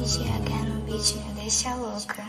Enxergar no beat me deixa louca.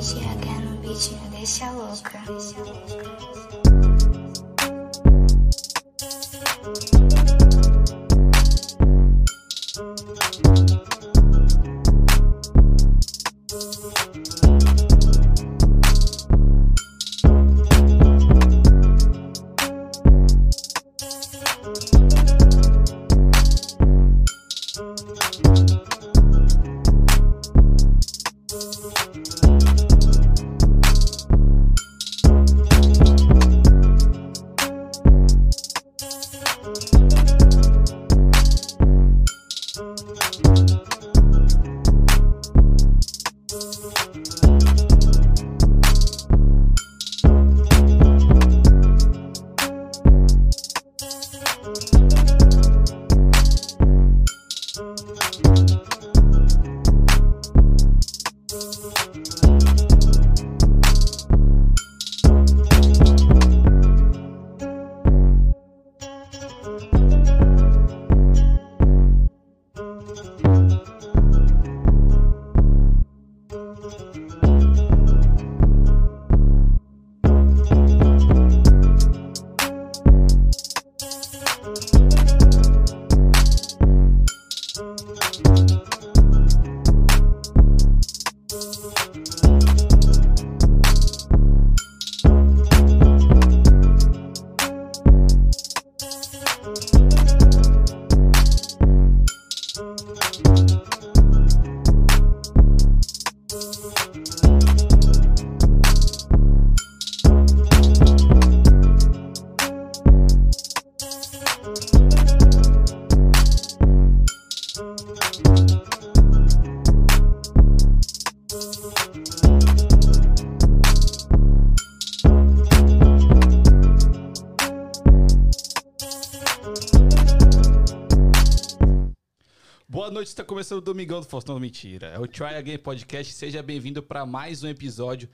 Enxergar no beat me deixa louca. Deixa louca. Está começando o Domingão do Faustão, mentira. É o Try Again Podcast. Seja bem-vindo para mais um episódio.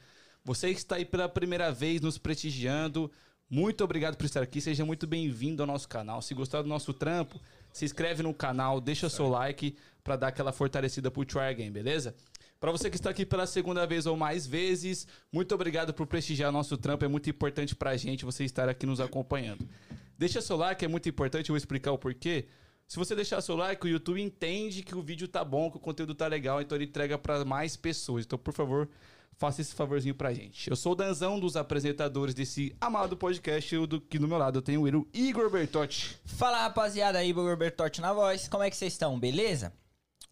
Você que está aí pela primeira vez nos prestigiando, muito obrigado por estar aqui. Seja muito bem-vindo ao nosso canal. Se gostar do nosso trampo, se inscreve no canal, deixa seu like para dar aquela fortalecida pro Try Again, beleza? Para você que está aqui pela segunda vez ou mais vezes, muito obrigado por prestigiar nosso trampo. É muito importante pra gente você estar aqui nos acompanhando. Deixa seu like, é muito importante, eu vou explicar o porquê. Se você deixar seu like, o YouTube entende que o vídeo tá bom, que o conteúdo tá legal, então ele entrega para mais pessoas. Então, por favor, faça esse favorzinho pra gente. Eu sou o Danzão, dos apresentadores desse amado podcast, eu do, que do meu lado eu tenho o Igor Bertotti. Fala rapaziada, aí Igor Bertotti na voz. Como é que vocês estão? Beleza?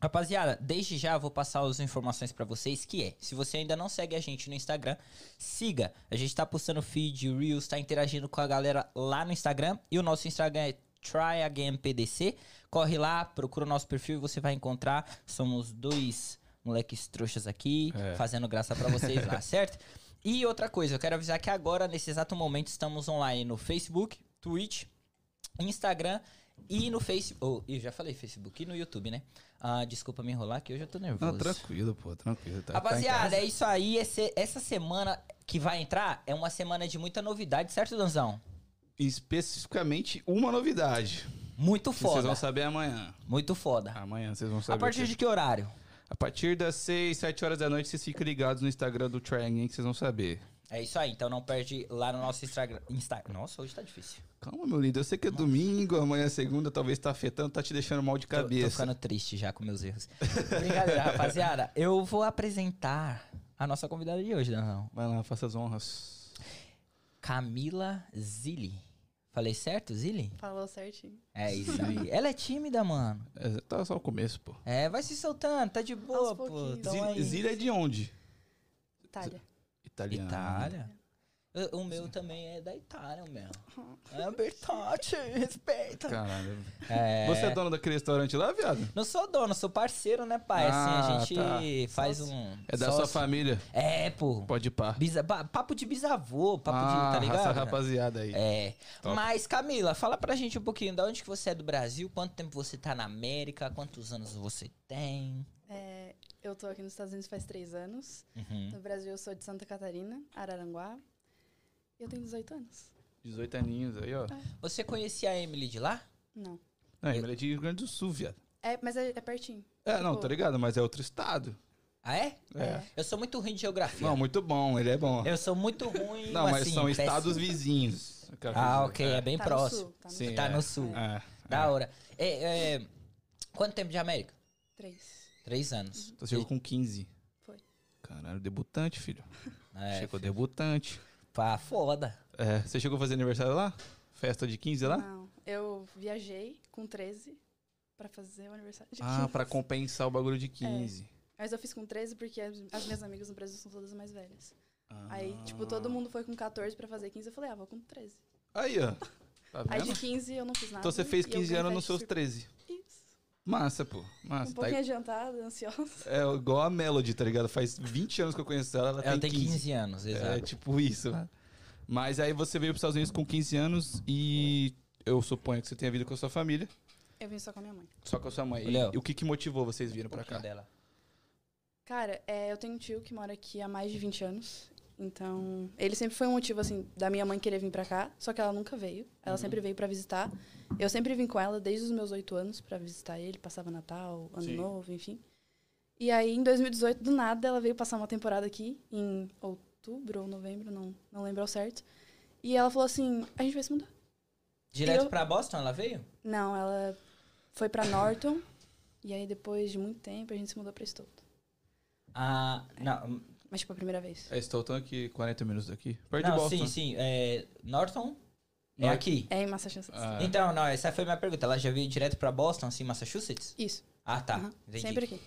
Rapaziada, desde já eu vou passar as informações pra vocês, que é, se você ainda não segue a gente no Instagram, siga. A gente tá postando feed, reels, tá interagindo com a galera lá no Instagram e o nosso Instagram é tryagainpdc. Corre lá, procura o nosso perfil e você vai encontrar. Somos dois moleques trouxas aqui, É. fazendo graça pra vocês lá, certo? E outra coisa, eu quero avisar que agora, nesse exato momento, estamos online no Facebook, Twitch, Instagram e no Facebook. Oh, eu já falei Facebook e no YouTube, né? Ah, desculpa me enrolar, que hoje eu tô nervoso. tranquilo, tá pô, tranquilo. Tá, Rapaziada, é isso aí. esse- essa semana que vai entrar é uma semana de muita novidade, certo, Danzão? Especificamente uma novidade. Muito Que vocês foda. vão saber amanhã. Muito foda. Amanhã vocês vão saber. A partir o de que horário? quê. A partir das 6, 7 horas da noite, vocês ficam ligados no Instagram do Triangle que vocês vão saber. É isso aí, então não perde lá no nosso Instagram. Insta... Nossa, hoje tá difícil. Calma, meu lindo. Eu sei que é domingo, amanhã é segunda, talvez tá afetando, tá te deixando mal de Tô- Tô, cabeça. ficando assim. triste já com meus erros. Brincadeira, rapaziada. Eu vou apresentar a nossa convidada de hoje, Danzão. Vai lá, faça as honras. Camila Zilli. Falei certo, Zilli? Falou certinho. É isso aí. Ela é tímida, mano. É, tá só o começo, pô. É, vai se soltando, tá de boa, Aos pô. pouquinhos. Tamo Zi- aí. Zira é de onde? Itália. Italiano. Itália? Eu- O meu também é da Itália, o meu. É Bertotti, respeita. Caralho. É. Você é dono daquele restaurante lá, viado? Não sou dono, sou parceiro, né, pai? assim, Ah, a gente tá. faz Sócio. um. É da sócio. sua família. É, pô. Pode ir pá. Bisa- ba- Papo de bisavô, papo Ah, de. Tá ligado? Essa rapaziada aí. É. Top. Mas, Camila, fala pra gente um pouquinho de onde que você é do Brasil, quanto tempo você tá na América, quantos anos você tem. É, eu tô aqui nos Estados Unidos faz três anos. Hum. Uhum. No Brasil eu sou de Santa Catarina, Araranguá. E eu tenho 18 anos. 18 aninhos aí, ó. Você conhecia a Emily de lá? Não. Não, ele é de Rio Grande do Sul, viado. É, mas é, é pertinho. É, não, Tipo, tô ligado, mas é outro estado. Ah, é? É. Eu sou muito ruim de geografia. Não, muito bom, ele é bom. Eu sou muito ruim. Não, mas assim, são péssimo. estados vizinhos. eu quero Ah, dizer. ok, é, bem tá próximo. No sul, tá no Sim, sul. Tá é. no sul. É. Da hora. É, é, quanto tempo de América? Três. Três anos. Você chegou com 15. Foi. Caralho, debutante, filho. É, chegou debutante. pá, foda. É, você chegou a fazer aniversário lá? Festa de 15 lá? Não. Eu viajei com 13 pra fazer o aniversário de 15. Ah, pra compensar o bagulho de 15. Mas eu fiz com 13 porque as, as minhas amigas no Brasil são todas mais velhas. Ah. Aí, tipo, todo mundo foi com 14 pra fazer 15. Eu falei, ah, vou com 13. Aí, ó. Tá Aí vendo? de 15 eu não fiz nada. Então você fez e eu 15 anos ganhei nos seus festa 13. de surpresa. Isso. Massa, pô. Massa. Um Tá aí- pouquinho assim. adiantada, ansiosa. É igual a Melody, tá ligado? Faz 20 anos que eu conheço ela, ela, Ela tem 15. 15 anos, exato. É tipo isso, né? Mas aí você veio pros Estados Unidos com 15 anos e eu suponho que você tenha vindo com a sua família, Eu vim só com a minha mãe. só com a sua mãe. Ô, Léo. E o que que motivou vocês virem pra Pouquinho cá? Dela. Cara, é, eu tenho um tio que mora aqui há mais de 20 anos. Então, ele sempre foi um motivo, assim, da minha mãe querer vir pra cá. Só que ela nunca veio. Ela sempre veio pra visitar. Eu sempre vim com ela desde os meus oito anos pra visitar ele. Passava Natal, Ano Sim. Novo, enfim. E aí, em 2018, do nada, ela veio passar uma temporada aqui. Em outubro ou novembro, não, não lembro ao certo. E ela falou assim, a gente vai se mudar. Direto Eu- pra Boston ela veio? Não, ela foi pra Norton. e aí, depois de muito tempo, a gente se mudou pra Stoughton. Ah, não. Mas, tipo, a primeira vez. É, estou tão aqui 40 minutos daqui. Perto de não, Boston. sim, sim. É, Norton é Norton. aqui. É em Massachusetts. Ah, Então, não, essa foi minha pergunta. Ela já veio direto pra Boston, assim, Massachusetts? Isso. Ah, tá. aham, Entendi. Uhum. Sempre aqui.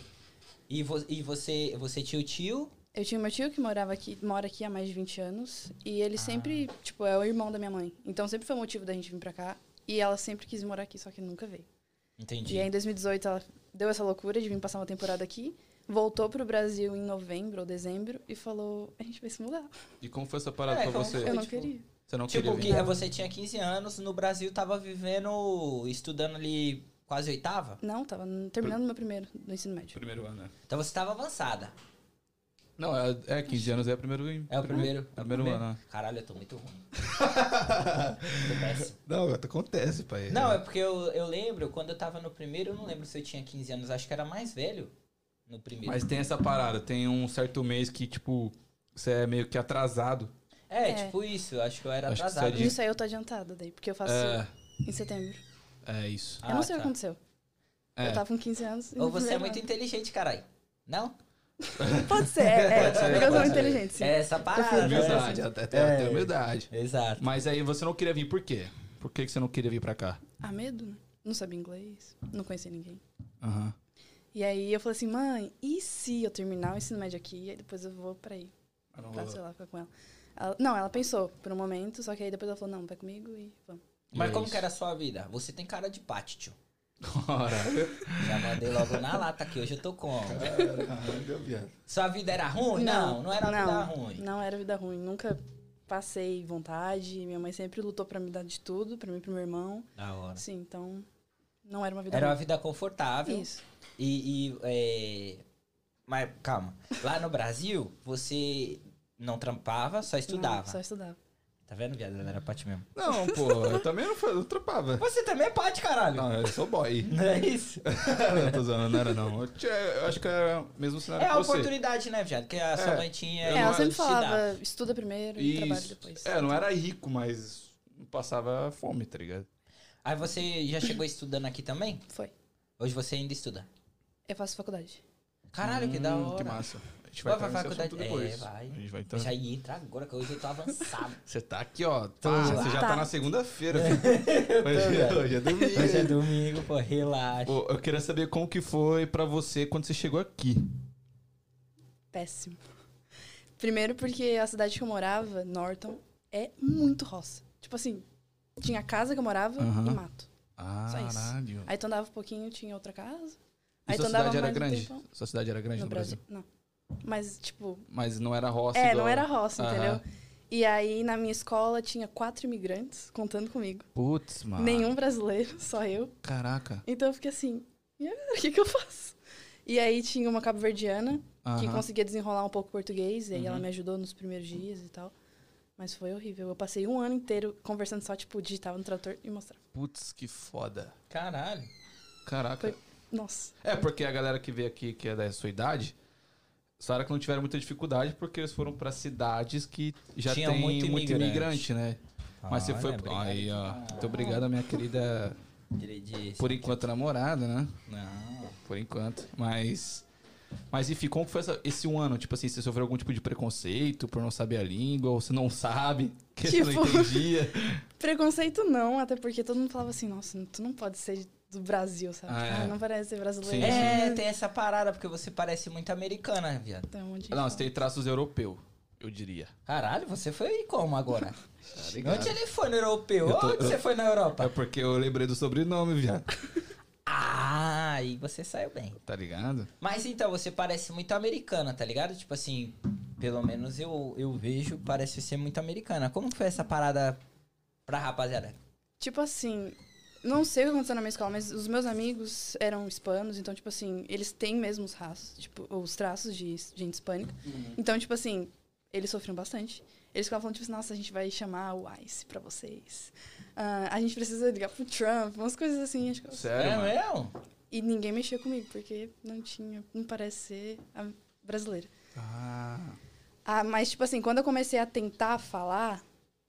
E, vo- e você, você tinha o tio? Eu tinha meu tio que morava aqui, mora aqui há mais de 20 anos. E Ah. ele sempre, tipo, é o irmão da minha mãe. Então sempre foi motivo da gente vir pra cá. E ela sempre quis morar aqui, só que nunca veio. Entendi. E aí, em 2018, ela deu essa loucura de vir passar uma temporada aqui. Voltou pro Brasil em novembro ou dezembro e falou: a gente vai se mudar. E como foi essa parada É, pra como você? foi? Eu não tipo, queria. Você não Tipo, queria que vir? você tinha 15 anos, no Brasil tava vivendo, estudando ali quase oitava? Não, tava terminando meu primeiro do ensino médio. Primeiro ano, né? Então você tava avançada. Não, é, é 15 anos, é o primeiro É o primeiro. É o primeiro ano. né? Caralho, eu tô muito ruim. tô péssimo. Não, acontece, pai. Não, é porque eu, eu lembro, quando eu tava no primeiro, eu não lembro se eu tinha 15 anos, acho que era mais velho no primeiro. Mas tem essa parada, tem um certo mês que, tipo, você é meio que atrasado. É, É. tipo isso, eu acho que eu era Acho que atrasado. seria- Isso aí eu tô adiantada daí, porque eu faço Assim. É, em setembro. é isso. Ah, eu não sei o tá. que aconteceu. É. Eu tava com 15 anos. e Ou no você é primeiro muito ano. inteligente, caralho. Não? Pode ser, é, Pode ser, porque eu sou pode ser. inteligente, sim. É essa parada. Humildade, né? até, até, até humildade. Exato. Mas aí você não queria vir por quê? Por que, que você não queria vir pra cá? Ah, medo, né? Não sabia inglês, não conhecia ninguém. Aham. E aí eu falei assim, mãe, e se eu terminar o ensino médio aqui e aí depois eu vou pra aí, Ah, pra, sei lá, ficar com ela? Ela- Não, ela pensou por um momento, só que aí depois ela falou, não, vai comigo e vamos. Mas É como isso. que era a sua vida? Você tem cara de pátio, tio. Ora, Já mandei logo na lata aqui, hoje eu tô com. Sua vida era ruim? Não, não, era vida ruim. Não era vida ruim, nunca passei vontade, minha mãe sempre lutou pra me dar de tudo, pra mim e pro meu irmão. Da hora. Sim, então não era uma vida Tá. Era uma ruim. vida confortável. Isso. E. e, é, Mas calma. Lá no Brasil, você não trampava, só estudava. Não, só estudava. Tá vendo, viado? Ela era parte mesmo. Não, pô, eu também não, fa- não trampava. Você também é parte, caralho. Não, Não, eu sou boy. é isso? não, tô zoando, não era não. Eu, tinha- eu acho que era o mesmo cenário É que a você. oportunidade, né, viado? Que a sua É. mãe tinha. Eu É, não ela era sempre de cidade. falava, estuda primeiro e trabalha Isso. depois. É, não era rico, mas não passava fome, tá ligado? Aí você já chegou estudando aqui também? Foi. Hoje você ainda estuda? Eu faço faculdade. Caralho, que da Hum, hora. Que massa. A gente vai Vai pra entrar nesse faculdade. assunto É, depois. vai. A gente vai entrar. Deixa aí entrar agora, que hoje eu tô avançado. Você tá aqui, ó. Pá, lá. você já tá Tá. na segunda-feira. filho. hoje, é- velho. hoje é domingo. hoje é domingo, pô, relaxa. Pô, eu queria saber como que foi pra você quando você chegou aqui. Péssimo. Primeiro porque a cidade que eu morava, Norton, é muito roça. Tipo assim, tinha a casa que eu morava Aham. e mato. Só isso. Caralho. Aí tu andava um pouquinho, tinha outra casa. E Aí tu sua andava cidade era mais um grande? tempão. Sua cidade era grande No no Brasil? Brasil. Não. Mas, tipo, Mas não era roça é, igual- não era roça, Aham. entendeu? E aí, na minha escola, tinha quatro imigrantes contando comigo. Putz, mano. Nenhum brasileiro, só eu. Caraca. Então eu fiquei assim, e agora, o que, que eu faço? E aí tinha uma cabo-verdiana que Aham. Uhum. conseguia desenrolar um pouco o português, e aí ela me ajudou nos primeiros dias e tal. Mas foi horrível. Eu passei um ano inteiro conversando só, tipo, digitava no trator e mostrava. Putz, que foda. Caralho. Caraca. Foi- Nossa. É, porque a galera que veio aqui, que é da sua idade, falaram que não tiveram muita dificuldade porque eles foram pra cidades que já Tinha tem muito, muito imigrante, imigrante. Ah, é né? Mas você Olha, foi. obrigado. Aí, ó. Muito obrigado, minha querida. Direito. Por enquanto, namorada, né? Não. Por enquanto. Mas. Mas enfim, como foi essa- esse um ano? Tipo assim, você sofreu algum tipo de preconceito por não saber a língua, ou você não sabe, que você não Tipo- entendia. Preconceito não, até porque todo mundo falava assim, nossa, tu não pode ser do Brasil, sabe? Ah, Tipo, é. ah, não parece ser brasileiro. Sim, É, tem essa parada, porque você parece muito americana, viado. Tem um monte de Não, gente você tem traços europeu, eu diria. Caralho, você foi como agora? Tá Onde ele foi no europeu? Eu tô- Onde eu- você foi na Europa? É porque eu lembrei do sobrenome, viado. Ah, e você saiu bem. Tá ligado? Mas então, você parece muito americana, tá ligado? Tipo assim, pelo menos eu, eu vejo, parece ser muito americana. Como que foi essa parada pra rapaziada? Tipo assim, não sei o que aconteceu na minha escola, mas os meus amigos eram hispanos, então, tipo assim, eles têm mesmo os traços, tipo, os traços de gente hispânica. Então, tipo assim, eles sofriam bastante. Eles ficavam falando, tipo, assim, nossa, a gente vai chamar o ICE pra vocês. Ah, a gente precisa ligar pro Trump, umas coisas assim. acho que- Sério, é mano. mesmo? E ninguém mexia comigo, porque não tinha, não parece ser a brasileira. Ah, Ah, mas, tipo assim, quando eu comecei a tentar falar,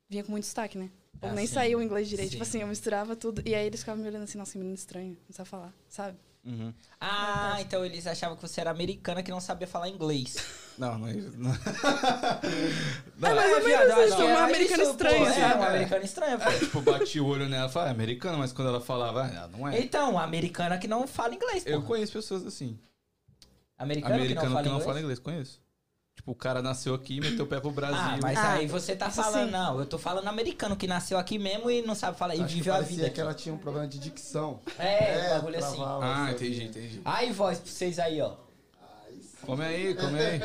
vinha com muito sotaque, né? Ou Ah, nem sim. saía o inglês direito. Tipo Sim. assim, eu misturava tudo. E aí eles ficavam me olhando assim, nossa, que menino estranho, não sabe falar, sabe? uhum. Ah, então eles achavam que você era americana que não sabia falar inglês. Não, não é isso. não. É, Não, mais ou menos viado, isso, não, uma é americana isso, pô, estranha, assim. É, sabe? uma americana estranha, pô. é, tipo, bati o olho nela e falei, é americana, mas quando ela falava, ah, não é. Então, uma americana que não fala inglês, pô. Eu conheço pessoas assim. Americano, que não Americano fala que não inglês. fala inglês, conheço. Tipo, o cara nasceu aqui e meteu o pé pro Brasil. Ah, mas Ah, aí você tá isso falando, sim. não, eu tô falando americano que nasceu aqui mesmo e não sabe falar, e Acho que viveu a parecia vida. que ela tinha um problema de dicção. aqui. É, um bagulho assim. travava, Ah, sabe? entendi, entendi. Aí, voz pra vocês aí, ó. Come aí, come aí.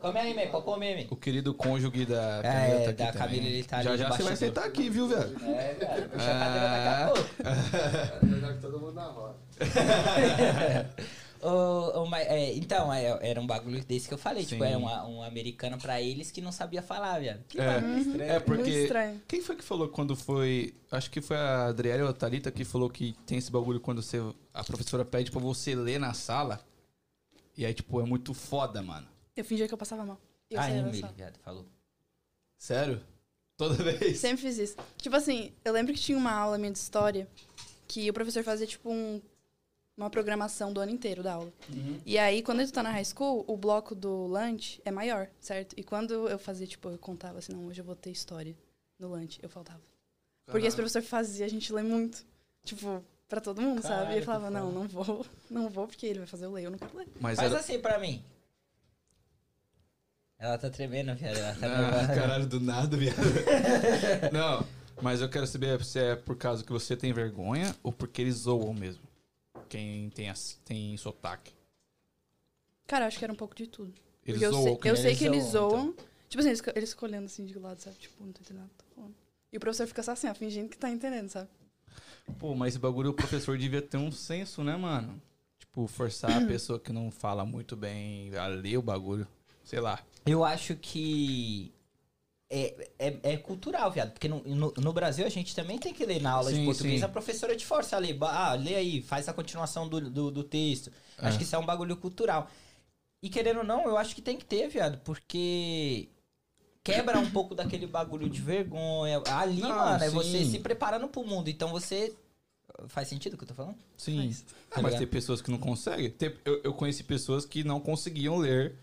Come aí, man, pode comer, man. O querido cônjuge da É, Camila tá aqui da também. Camila, ele tá ali Já no já você vai bastidor. sentar aqui, viu, velho? É, cara, puxa a cadeira daqui a pouco. É, que todo mundo na roda. Tá Ah. Ô, ô, mas, é, então, é, era um bagulho desse que eu falei. Tipo, Sim. era um, um americano pra eles que não sabia falar, viado. Que É. bagulho estranho. É, porque. Muito estranho. Quem foi que falou quando foi. Acho que foi a Adriela ou a Thalita que falou que tem esse bagulho quando você, a professora pede pra você ler na sala. E aí, tipo, é muito foda, mano. Eu fingia que eu passava mal. E Eu Ah, saía da Emily, sala. viado, falou. Sério? Toda vez. Sempre fiz isso. Tipo assim, eu lembro que tinha uma aula minha de história que o professor fazia, tipo, um- uma programação do ano inteiro da aula. Uhum. E aí, quando tu tá na high school, o bloco do lunch é maior, certo? E quando eu fazia, tipo, eu contava assim, não, hoje eu vou ter história no lunch, eu faltava. Porque esse professor fazia a gente ler muito. Tipo, pra todo mundo, sabe? E Caralho, eu falava, que não, foda. não vou, não vou, porque ele vai fazer eu ler, eu não quero ler. Mas Faz era. assim pra mim. Ela tá tremendo, viado. Ela assim, tá né, Ah, nervosa. caralho, do nada, viado. Não, mas eu quero saber se é por causa que você tem vergonha ou porque eles zoam mesmo. Quem tem, as- tem sotaque. Cara, eu acho que era um pouco de tudo. Eles Porque eu zoam sei, quem eu sei que eles eles zoam, zoam. Tipo assim, eles, ficam- eles ficam olhando assim de lado, sabe? Tipo, não tô entendendo o que tá falando. E o professor fica só assim, ó, fingindo que tá entendendo, sabe? Pô, mas esse bagulho o professor devia ter um senso, né, mano? Tipo, forçar a pessoa que não fala muito bem a ler o bagulho. Sei lá. Eu acho que. É, é, é cultural, viado. Porque no, no, no Brasil a gente também tem que ler na aula Sim, de português. sim. A professora te força a ler. Ba- Ah, lê aí, faz a continuação do, do, do texto. Acho que isso é um bagulho cultural. E querendo ou não, eu acho que tem que ter, viado. Porque quebra um pouco daquele bagulho de vergonha. Ali, Não, mano, é sim. você se preparando pro mundo. Então você. Faz sentido o que eu tô falando? Sim. Tá Ah, mas ligado? tem pessoas que não conseguem. Tem- eu, eu conheci pessoas que não conseguiam ler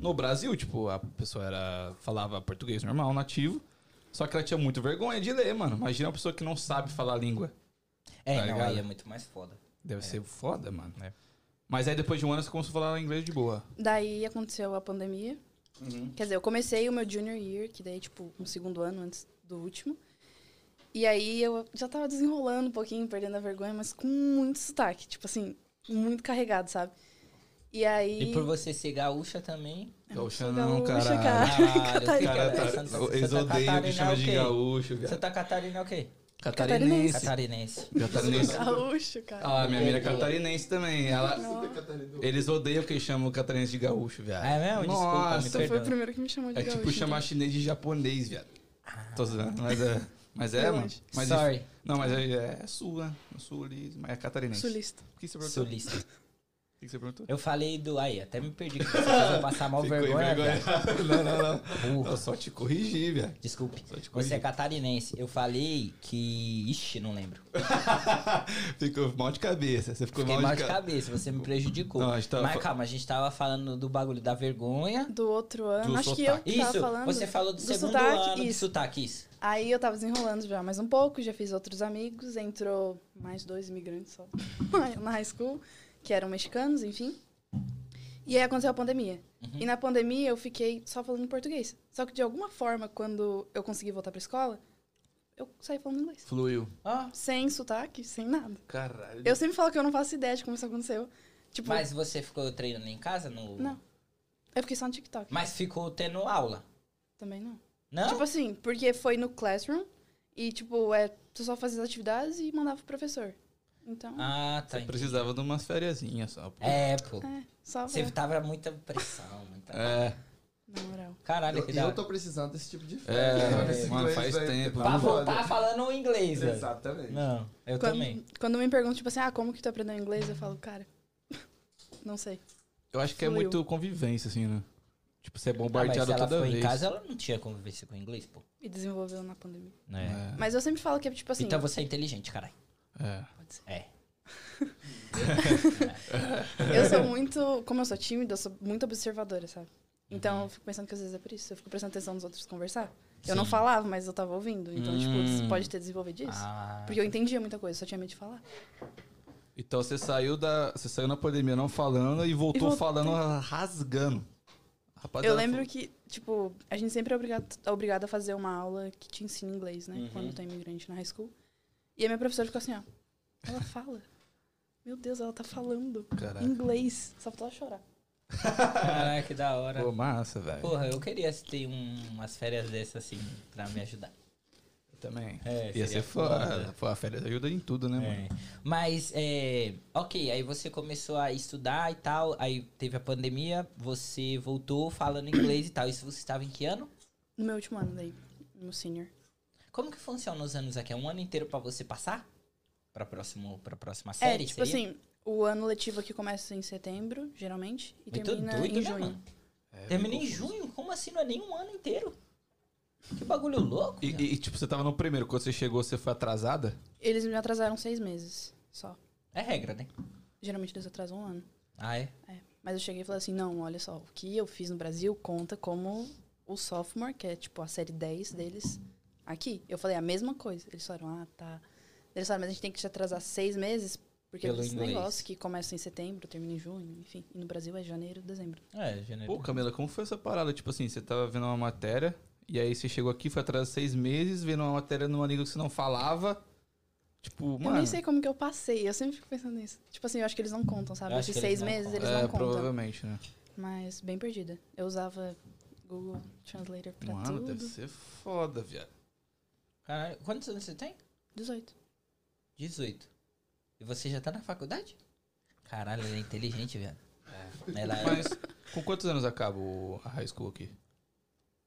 no Brasil. Tipo, a pessoa era falava português normal, nativo. Só que ela tinha muito vergonha de ler, mano. Imagina uma pessoa que não sabe falar a língua. É, Tá não, ligado? aí é muito mais foda. Deve ser foda, mano. É. Mas aí depois de um ano você começou a falar inglês de boa. Daí aconteceu a pandemia. Uhum. Quer dizer, eu comecei o meu junior year, que daí, tipo, um segundo ano antes do último. E aí eu já tava desenrolando um pouquinho, perdendo a vergonha, mas com muito sotaque. Tipo assim, muito carregado, sabe? E aí. E por você ser gaúcha também. Gaúcho caralho. gaúcho, Caralho, cara. O cara um tá- né? Santa- Santa eles odeiam que Catarina é chama o de quê? gaúcho, cara. Santa Catarina é o quê? Catarinense. Catarinense. Catarinense. Gaúcho, cara. Ah, minha mina é catarinense também. Ela, eles odeiam que chamam catarinense de gaúcho, viado. É mesmo? Desculpa, me Nossa, Você Então foi perdão. o primeiro que me chamou de é gaúcho. tipo chamar chinês de japonês, viado. Tô zoando, mas é. Mas é, mano. Longe. Mas Ah. Sorry. Não, mas é, é sul, né? No sul ali, mas é catarinense. então. Sulista. O que você perguntou? Sulista. O que você perguntou? Eu falei do. Aí, até me perdi. que Vocês vão passar mal Ficou vergonha. velho. envergonhado. Não, não, não. Burro. Eu só te corrigi, viado. Desculpe. Só te Você é corrigi. catarinense. Eu falei que. Ixi, não lembro. Ficou mal de cabeça. Você ficou Fiquei mal de ca- cabeça, você me prejudicou. Não, a gente tava Mas fa- calma, a gente tava falando do bagulho da vergonha. Do outro ano. Do acho sotaque. que eu que tava Isso, falando. você falou do, do segundo sotaque, ano de isso. sotaque, isso. Aí eu tava desenrolando já mais um pouco, já fiz outros amigos, entrou mais dois imigrantes só na high school, que eram mexicanos, enfim. E aí aconteceu a pandemia. Uhum. E na pandemia eu fiquei só falando português. Só que de alguma forma, quando eu consegui voltar pra escola, eu saí falando inglês. Fluiu. Ah, Sem sotaque, sem nada. Caralho. Eu sempre falo que eu não faço ideia de como isso aconteceu. Tipo, mas você ficou treinando em casa? No... Não. eu fiquei só no TikTok. Mas ficou tendo aula? Também não. Não? Tipo assim, porque foi no classroom e, tipo, é, tu só fazia as atividades e mandava pro professor. Então, ah, tá. Precisava de umas fériasinhas só. pô. É, pô. é, só Você pra- tava muita pressão, muita. É. Na moral. Caralho, Eu, que e da eu hora. tô precisando desse tipo de É, Esse mano, inglês faz vai- tempo. tá Pra foda. voltar falando inglês, velho. Exatamente. Não, eu quando, também. Quando me perguntam, tipo assim, ah, como que tu aprendeu inglês? Eu falo, cara, não sei. Eu acho que é Fluiu. muito convivência, assim, né? Tipo, você é Ah, mas bombardeado se ela toda foi vez. em casa, ela não tinha convivência com inglês, pô. E desenvolveu na pandemia. Né? É. Mas eu sempre falo que é, tipo assim, Então você é inteligente, caralho. É. É. eu sou muito, como eu sou tímida, eu sou muito observadora, sabe? Uhum. Então eu fico pensando que às vezes é por isso. Eu fico prestando atenção nos outros conversar. Eu não Sim. falava, mas eu tava ouvindo. Então, tipo, Hum. isso pode ter desenvolvido isso. Ah, Porque eu entendia muita coisa, só tinha medo de falar. Então você saiu da. Você saiu na pandemia não falando e voltou E voltei. falando rasgando. Eu lembro que, tipo, a gente sempre é obrigado, obrigado a fazer uma aula que te ensina inglês, né? Uhum. Quando tu é imigrante na high school. E a minha professora ficou assim, ó. Ela fala. Meu Deus, ela tá falando Caraca. inglês. Só faltava chorar. Caraca, que da hora. Pô, massa, velho. Porra, eu queria ter um- umas férias dessas assim pra me ajudar. Também. É, Ia seria ser foda. foda. Pô, a férias ajuda em tudo, né, mano? Mas, é, ok, aí você começou a estudar e tal, aí teve a pandemia, você voltou falando inglês e tal. Isso você estava em que ano? No meu último ano daí, no senior. Como que funciona os anos aqui? É um ano inteiro pra você passar? Pra, próximo, pra próxima série? é, tipo seria? assim, o ano letivo aqui começa em setembro, geralmente, e Muito termina doido, né, em junho. mano? É, Termina em junho? Como assim? Não é nem um ano inteiro? Que bagulho louco. E, cara. e, tipo, você tava no primeiro. Quando você chegou, você foi atrasada? Eles me atrasaram seis meses só. É regra, né? Geralmente eles atrasam um ano. Ah, é? É. Mas eu cheguei e falei assim, não, olha só, o que eu fiz no Brasil conta como o sophomore, que é tipo a série 10 deles, aqui. Eu falei a mesma coisa. Eles falaram, ah, tá. Eles falaram, mas a gente tem que te atrasar seis meses, porque Pelo esse inglês. negócio que começa em setembro, termina em junho, enfim. E no Brasil é janeiro, dezembro. É, janeiro. Pô, Camila, como foi essa parada? Tipo assim, você tava vendo uma matéria, e aí você chegou aqui, foi atrás de seis meses, vendo uma matéria numa língua que você não falava. Tipo, Eu mano. nem sei como que eu passei, eu sempre fico pensando nisso. Tipo assim, eu acho que eles não contam, sabe? Eu acho Esses que eles seis não meses contam. eles é, não contam. provavelmente, né? Mas bem perdida. Eu usava Google Translator pra Mano, tudo. deve ser foda, viado. Caralho, quantos anos você tem? 18. 18. E você já tá na faculdade? Caralho, ela é inteligente, velho. Ela é. Mas com quantos anos acaba o- a high school aqui?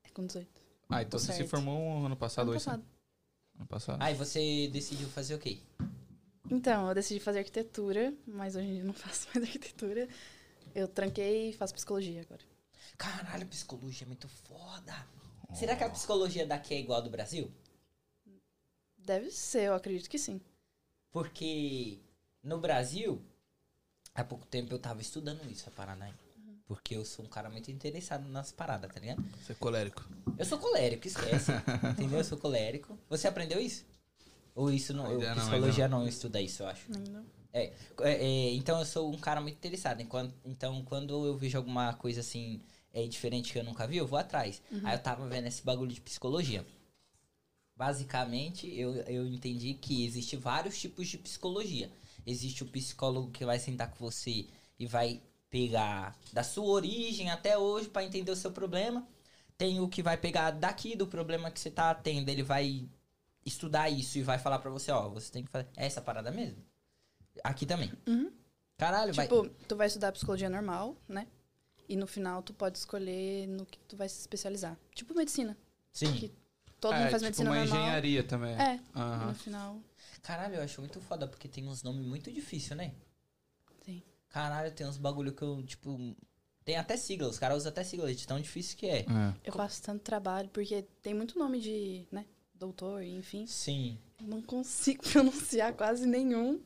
É com 18. Ah, então Tô você se certo. formou um ano passado, Ano ou esse né? passado. Ano passado. Ah, e você decidiu fazer o quê? Então, eu decidi fazer arquitetura, mas hoje em dia não faço mais arquitetura. Eu tranquei e faço psicologia agora. Caralho, psicologia é muito foda. Será que a psicologia daqui é igual a do Brasil? Deve ser, eu acredito que sim. Porque no Brasil, há pouco tempo eu tava estudando isso, a parada aí. Porque eu sou um cara muito interessado nas paradas, tá ligado? Você é colérico. Eu sou colérico, esquece. entendeu? Eu sou colérico. Você aprendeu isso? Ou isso não? eu- Ainda não, psicologia não, estuda isso, eu acho. Ainda. É, é, então eu sou um cara muito interessado. enquanto- então, quando eu vejo alguma coisa assim é, diferente que eu nunca vi, eu vou atrás. Aí eu tava vendo esse bagulho de psicologia. Basicamente, eu, eu entendi que existe vários tipos de psicologia. Existe o psicólogo que vai sentar com você e vai pegar da sua origem até hoje pra entender o seu problema. Tem o que vai pegar daqui do problema que você tá tendo, ele vai estudar isso e vai falar pra você, ó, você tem que fazer essa parada mesmo. Aqui também. Caralho, vai. Uhum. Tipo, tu vai estudar psicologia normal, né? E no final tu pode escolher no que tu vai se especializar. Tipo medicina. Sim. que- Todo mundo é, faz tipo medicina uma normal. engenharia também. É. E Aham. no final. Caralho, eu acho muito foda porque tem uns nomes muito difíceis, né? Sim. Caralho, tem uns bagulho que eu, tipo. Tem até sigla, os caras usam até sigla de tão difícil que é. É. Eu passo tanto trabalho, porque tem muito nome de, né? Doutor, enfim. Sim. Não consigo pronunciar quase nenhum.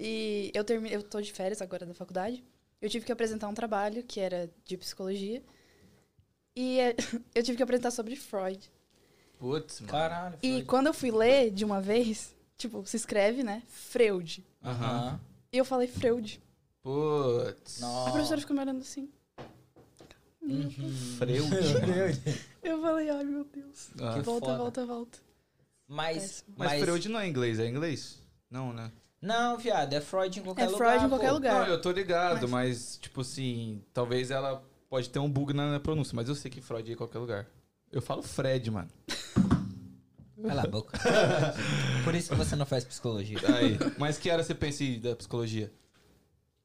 E eu terminei, eu tô de férias agora da faculdade. Eu tive que apresentar um trabalho que era de psicologia. E eh, eu tive que apresentar sobre Freud. Putz, mano. Caralho. E Freud. quando eu fui ler de uma vez, tipo, se escreve, né? Freud. Aham. Aham. E eu falei Freud. Putz. Nossa. A professora ficou me olhando assim. Freud. Eu falei, ai meu Deus. Ah. Que volta, foda. volta, volta. Mas. Mas, Mas. Freud não é inglês, é inglês? Não, né? Não, viado, é Freud em qualquer É lugar. Freud em pô. qualquer lugar. Não, eu tô ligado, mas, tipo assim, talvez ela pode ter um bug na, na pronúncia, mas eu sei que Freud é em qualquer lugar. Eu falo Fred, mano. Cala a boca. Por isso que você não faz psicologia. Aí. mas que era você pensa em- da psicologia?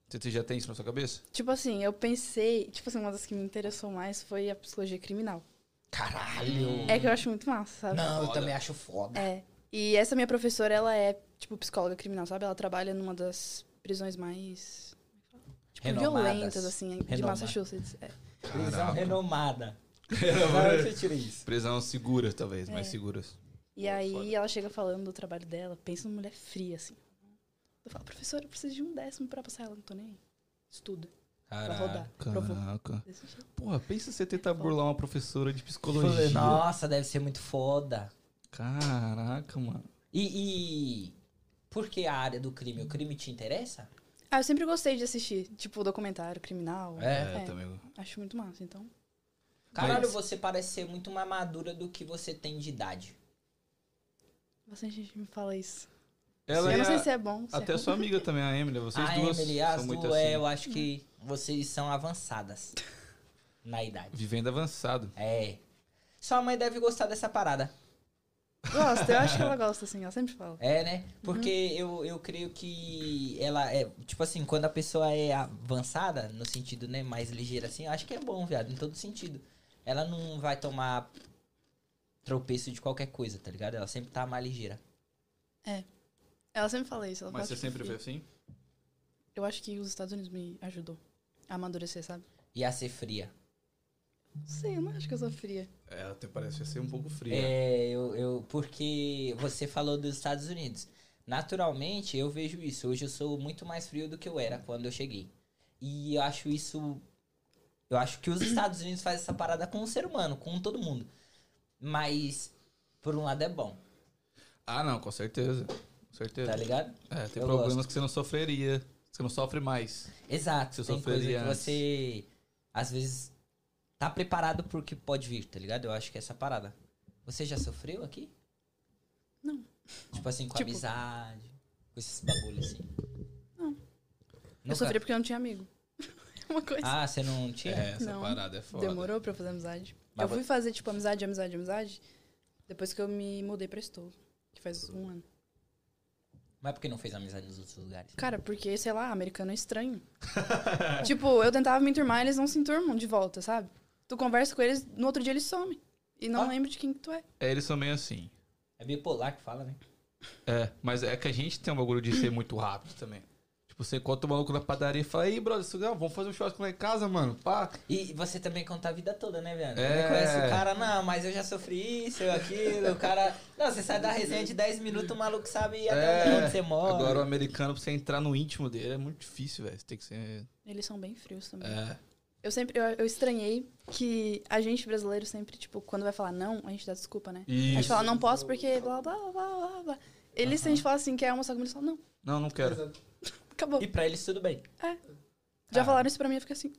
Você, você já tem isso na sua cabeça? Tipo assim, eu pensei, tipo assim, uma das que me interessou mais foi a psicologia criminal. Caralho. É que eu acho muito massa, Tá sabe? Não, eu também acho foda. É. E essa minha professora, ela é, tipo, psicóloga criminal, sabe? Ela trabalha numa das prisões mais tipo, Renomadas. violentas, assim, de Renomada. Massachusetts. É. Prisão renomada. eu tirei isso. Prisão segura, talvez, É. mais seguras. E aí ela chega falando do trabalho dela, pensa numa mulher fria, assim. Eu falo, professora, eu preciso de um décimo pra passar ela, não tô nem aí. Estuda, pra rodar. Provou. Caraca. Desse jeito. Porra, pensa você tentar burlar uma professora de Falei, psicologia. Nossa, deve ser muito foda. Caraca, mano. E, e por que a área do crime? O crime te interessa? Ah, eu sempre gostei de assistir, tipo, documentário criminal. É, É, também. Acho muito massa, então. Caralho, Mas- você parece ser muito mais madura do que você tem de idade. Bastante gente me fala isso. Ela eu é não sei a- se é bom. se é até ruim. sua amiga também, a Emily. Vocês a duas Ah, Emily, são as muito duas, assim. é, eu acho que vocês são avançadas na idade. Vivendo avançado. É. Sua mãe deve gostar dessa parada. Gosta, eu acho que ela gosta, assim, ela sempre fala. É, né? Porque eu, eu creio que ela é. Tipo assim, quando a pessoa é avançada, no sentido, né, mais ligeira assim, eu acho que é bom, viado, em todo sentido. Ela não vai tomar tropeço de qualquer coisa, tá ligado? Ela sempre tá mais ligeira. Ela sempre fala isso. Ela Mas fala tipo, você que- sempre foi assim? Eu acho que os Estados Unidos me ajudou a amadurecer, sabe? E a ser fria. Não sei, eu não acho que eu sou fria. É, Ela até parece ser um pouco fria. É, eu, eu. Porque você falou dos Estados Unidos. Naturalmente, eu vejo isso. Hoje eu sou muito mais frio do que eu era quando eu cheguei. E eu acho isso. Eu acho que os Estados Unidos fazem essa parada com o ser humano, com todo mundo. Mas, por um lado, é bom, Ah, não, com certeza. Com certeza. tá ligado? É, tem Eu problemas gosto. que você não sofreria. Você não sofre mais. Exato. Você tem coisa sofreria que antes. você, às vezes, tá preparado pro que pode vir, tá ligado? Eu acho que é essa parada. Você já sofreu aqui? Não. Tipo assim, com Tipo- amizade, com esses bagulho assim? Não. Nunca? Eu sofri porque eu não tinha amigo. É uma coisa. Ah, você não tinha? É, essa Não. parada é foda. Demorou pra eu fazer amizade. Mas eu fui fazer, tipo, amizade, amizade, amizade, depois que eu me mudei pra Estou, que faz um ano. Mas por que não fez amizade nos outros lugares? Cara, porque, sei lá, americano é estranho. tipo, eu tentava me enturmar, eles não se enturmam de volta, sabe? Tu conversa com eles, no outro dia eles somem. E não Ah. lembro de quem que tu é. É, eles são meio assim. É bipolar que fala, né? É, mas é que a gente tem um bagulho de ser muito rápido também. Tipo, você encontra o maluco na padaria e fala, ei, brother, isso- não, vamos fazer um churrasco lá em casa, mano. Pá. E você também conta a vida toda, né, velho? É. Não conhece o cara, não, mas eu já sofri isso, eu aquilo, o cara... Não, você sai da resenha de 10 minutos, o maluco sabe até É. onde você mora. Agora o americano, pra você entrar no íntimo dele, é muito difícil, velho. Você tem que ser. Eles são bem frios também. É. Eu sempre, eu, eu estranhei que a gente brasileiro sempre, tipo, quando vai falar não, a gente dá desculpa, né? A gente Isso. fala, não posso porque blá, blá, blá, blá, blá. Eles, se a gente fala assim, quer uma só eles falam, não, Não, não quero. acabou. E pra eles tudo bem. Já falaram isso pra mim, eu fico assim,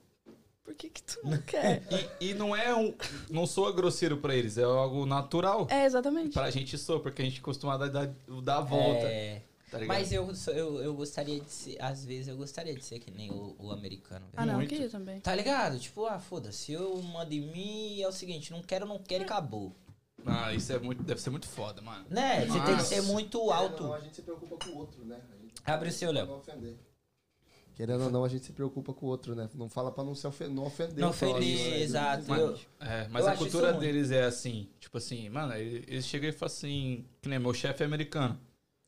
por que que tu não quer? E, e não é um. Não soa grosseiro pra eles, é algo natural. é, exatamente. Pra gente soa, porque a gente costuma dar, dar, dar a volta. É, Tá ligado? Mas eu, sou- eu, eu gostaria de ser, às vezes eu gostaria de ser que nem o, o americano. velho. Ah, não, muito. eu queria também. Tá ligado? Tipo, ah, foda-se, eu mando em mim, é o seguinte, não quero, não quero e acabou. Ah, isso é muito. Deve ser muito foda, mano. Né? Você tem que Nossa. ser muito Não, alto. a gente se preocupa com o outro, né? A gente Abre o seu, pra Léo. não ofender. Querendo ou não, a gente se preocupa com o outro, né? Não fala pra não, se ofe- não ofender. Não o próximo, ofender, né? exato. Mas, Eu- é, mas eu a acho isso cultura ruim. deles é assim. Tipo assim, mano, ele- eles chegam e falam assim. Que nem meu chefe é americano.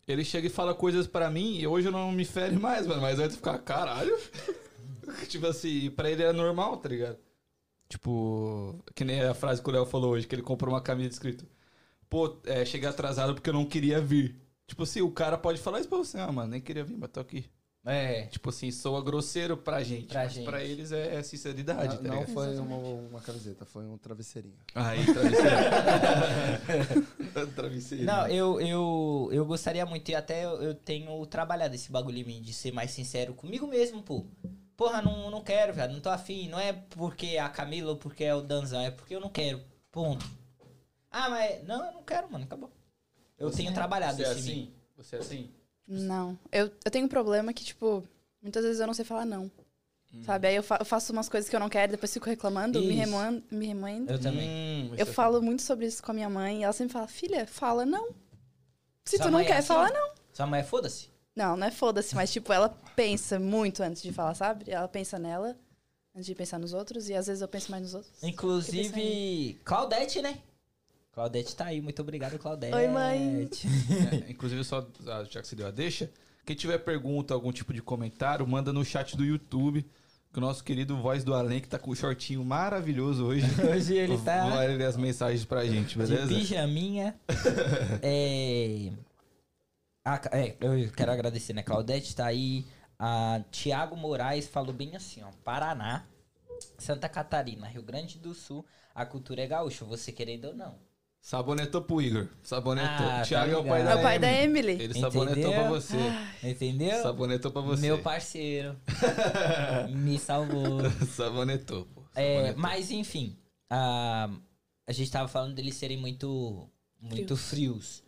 Ele chega e fala coisas pra mim e hoje eu não me fere mais, mano. Mas antes eu ficava, caralho. tipo assim, pra ele é normal, tá ligado? Tipo, que nem a frase que o Léo falou hoje, que ele comprou uma camisa escrito. Pô, é, cheguei atrasado porque eu não queria vir. Tipo assim, o cara pode falar isso pra você, ah, mano, nem queria vir, mas tô aqui. É. Tipo assim, soa grosseiro pra gente. Pra mas gente. pra eles é, é sinceridade, tá Não, não ligado? foi uma, uma camiseta, foi um travesseirinho. Aí, travesseiro. travesseiro. Não, eu, eu, eu gostaria muito, e até eu, eu tenho trabalhado esse bagulho em mim, de ser mais sincero comigo mesmo, pô. Porra, não, não quero, velho, não tô afim. Não é porque a Camila ou porque é o Danzão, é porque eu não quero. Ponto. Ah, mas. Não, eu não quero, mano, acabou. Eu tenho trabalhado Você é isso em mim. assim? Você é assim? Não. Eu, eu tenho um problema que, tipo, muitas vezes eu não sei falar não. Sabe? Aí eu, fa- eu faço umas coisas que eu não quero, depois fico reclamando, me Isso. remoendo, me remoendo. Eu também. Hum, Eu você- falo muito sobre isso com a minha mãe e ela sempre fala, filha, fala não. Se Sua tu não mãe é quer, assim? fala não. Sua mãe é foda-se. Não, não é foda-se, mas, tipo, ela pensa muito antes de falar, sabe? Ela pensa nela antes de pensar nos outros e às vezes eu penso mais nos outros. Fiquei pensando. Inclusive, Claudete, né? Claudete tá aí, muito obrigado, Claudete. Oi, mãe. É, inclusive, só ah, já que você deu a deixa, quem tiver pergunta, algum tipo de comentário, manda no chat do YouTube. Que o nosso querido Voz do Além, que tá com um shortinho maravilhoso hoje. Hoje ele tá. Vai ler as mensagens pra gente, beleza? De pijaminha. é... Ah, ca- é, eu quero agradecer, né? Claudete tá aí. A Tiago Moraes falou bem assim, ó. Paraná, Santa Catarina, Rio Grande do Sul, a cultura é gaúcha, você querendo ou não. Sabonetou pro Igor. Sabonetou. Ah, tá Tiago é o pai ligado. da É o pai da Emily. Ele Emily. Entendeu? sabonetou pra você. Entendeu? Sabonetou pra você. Meu parceiro. Me salvou. Sabonetou, pô. É, Sabonetou. mas enfim, a, a gente tava falando deles serem muito, muito frios.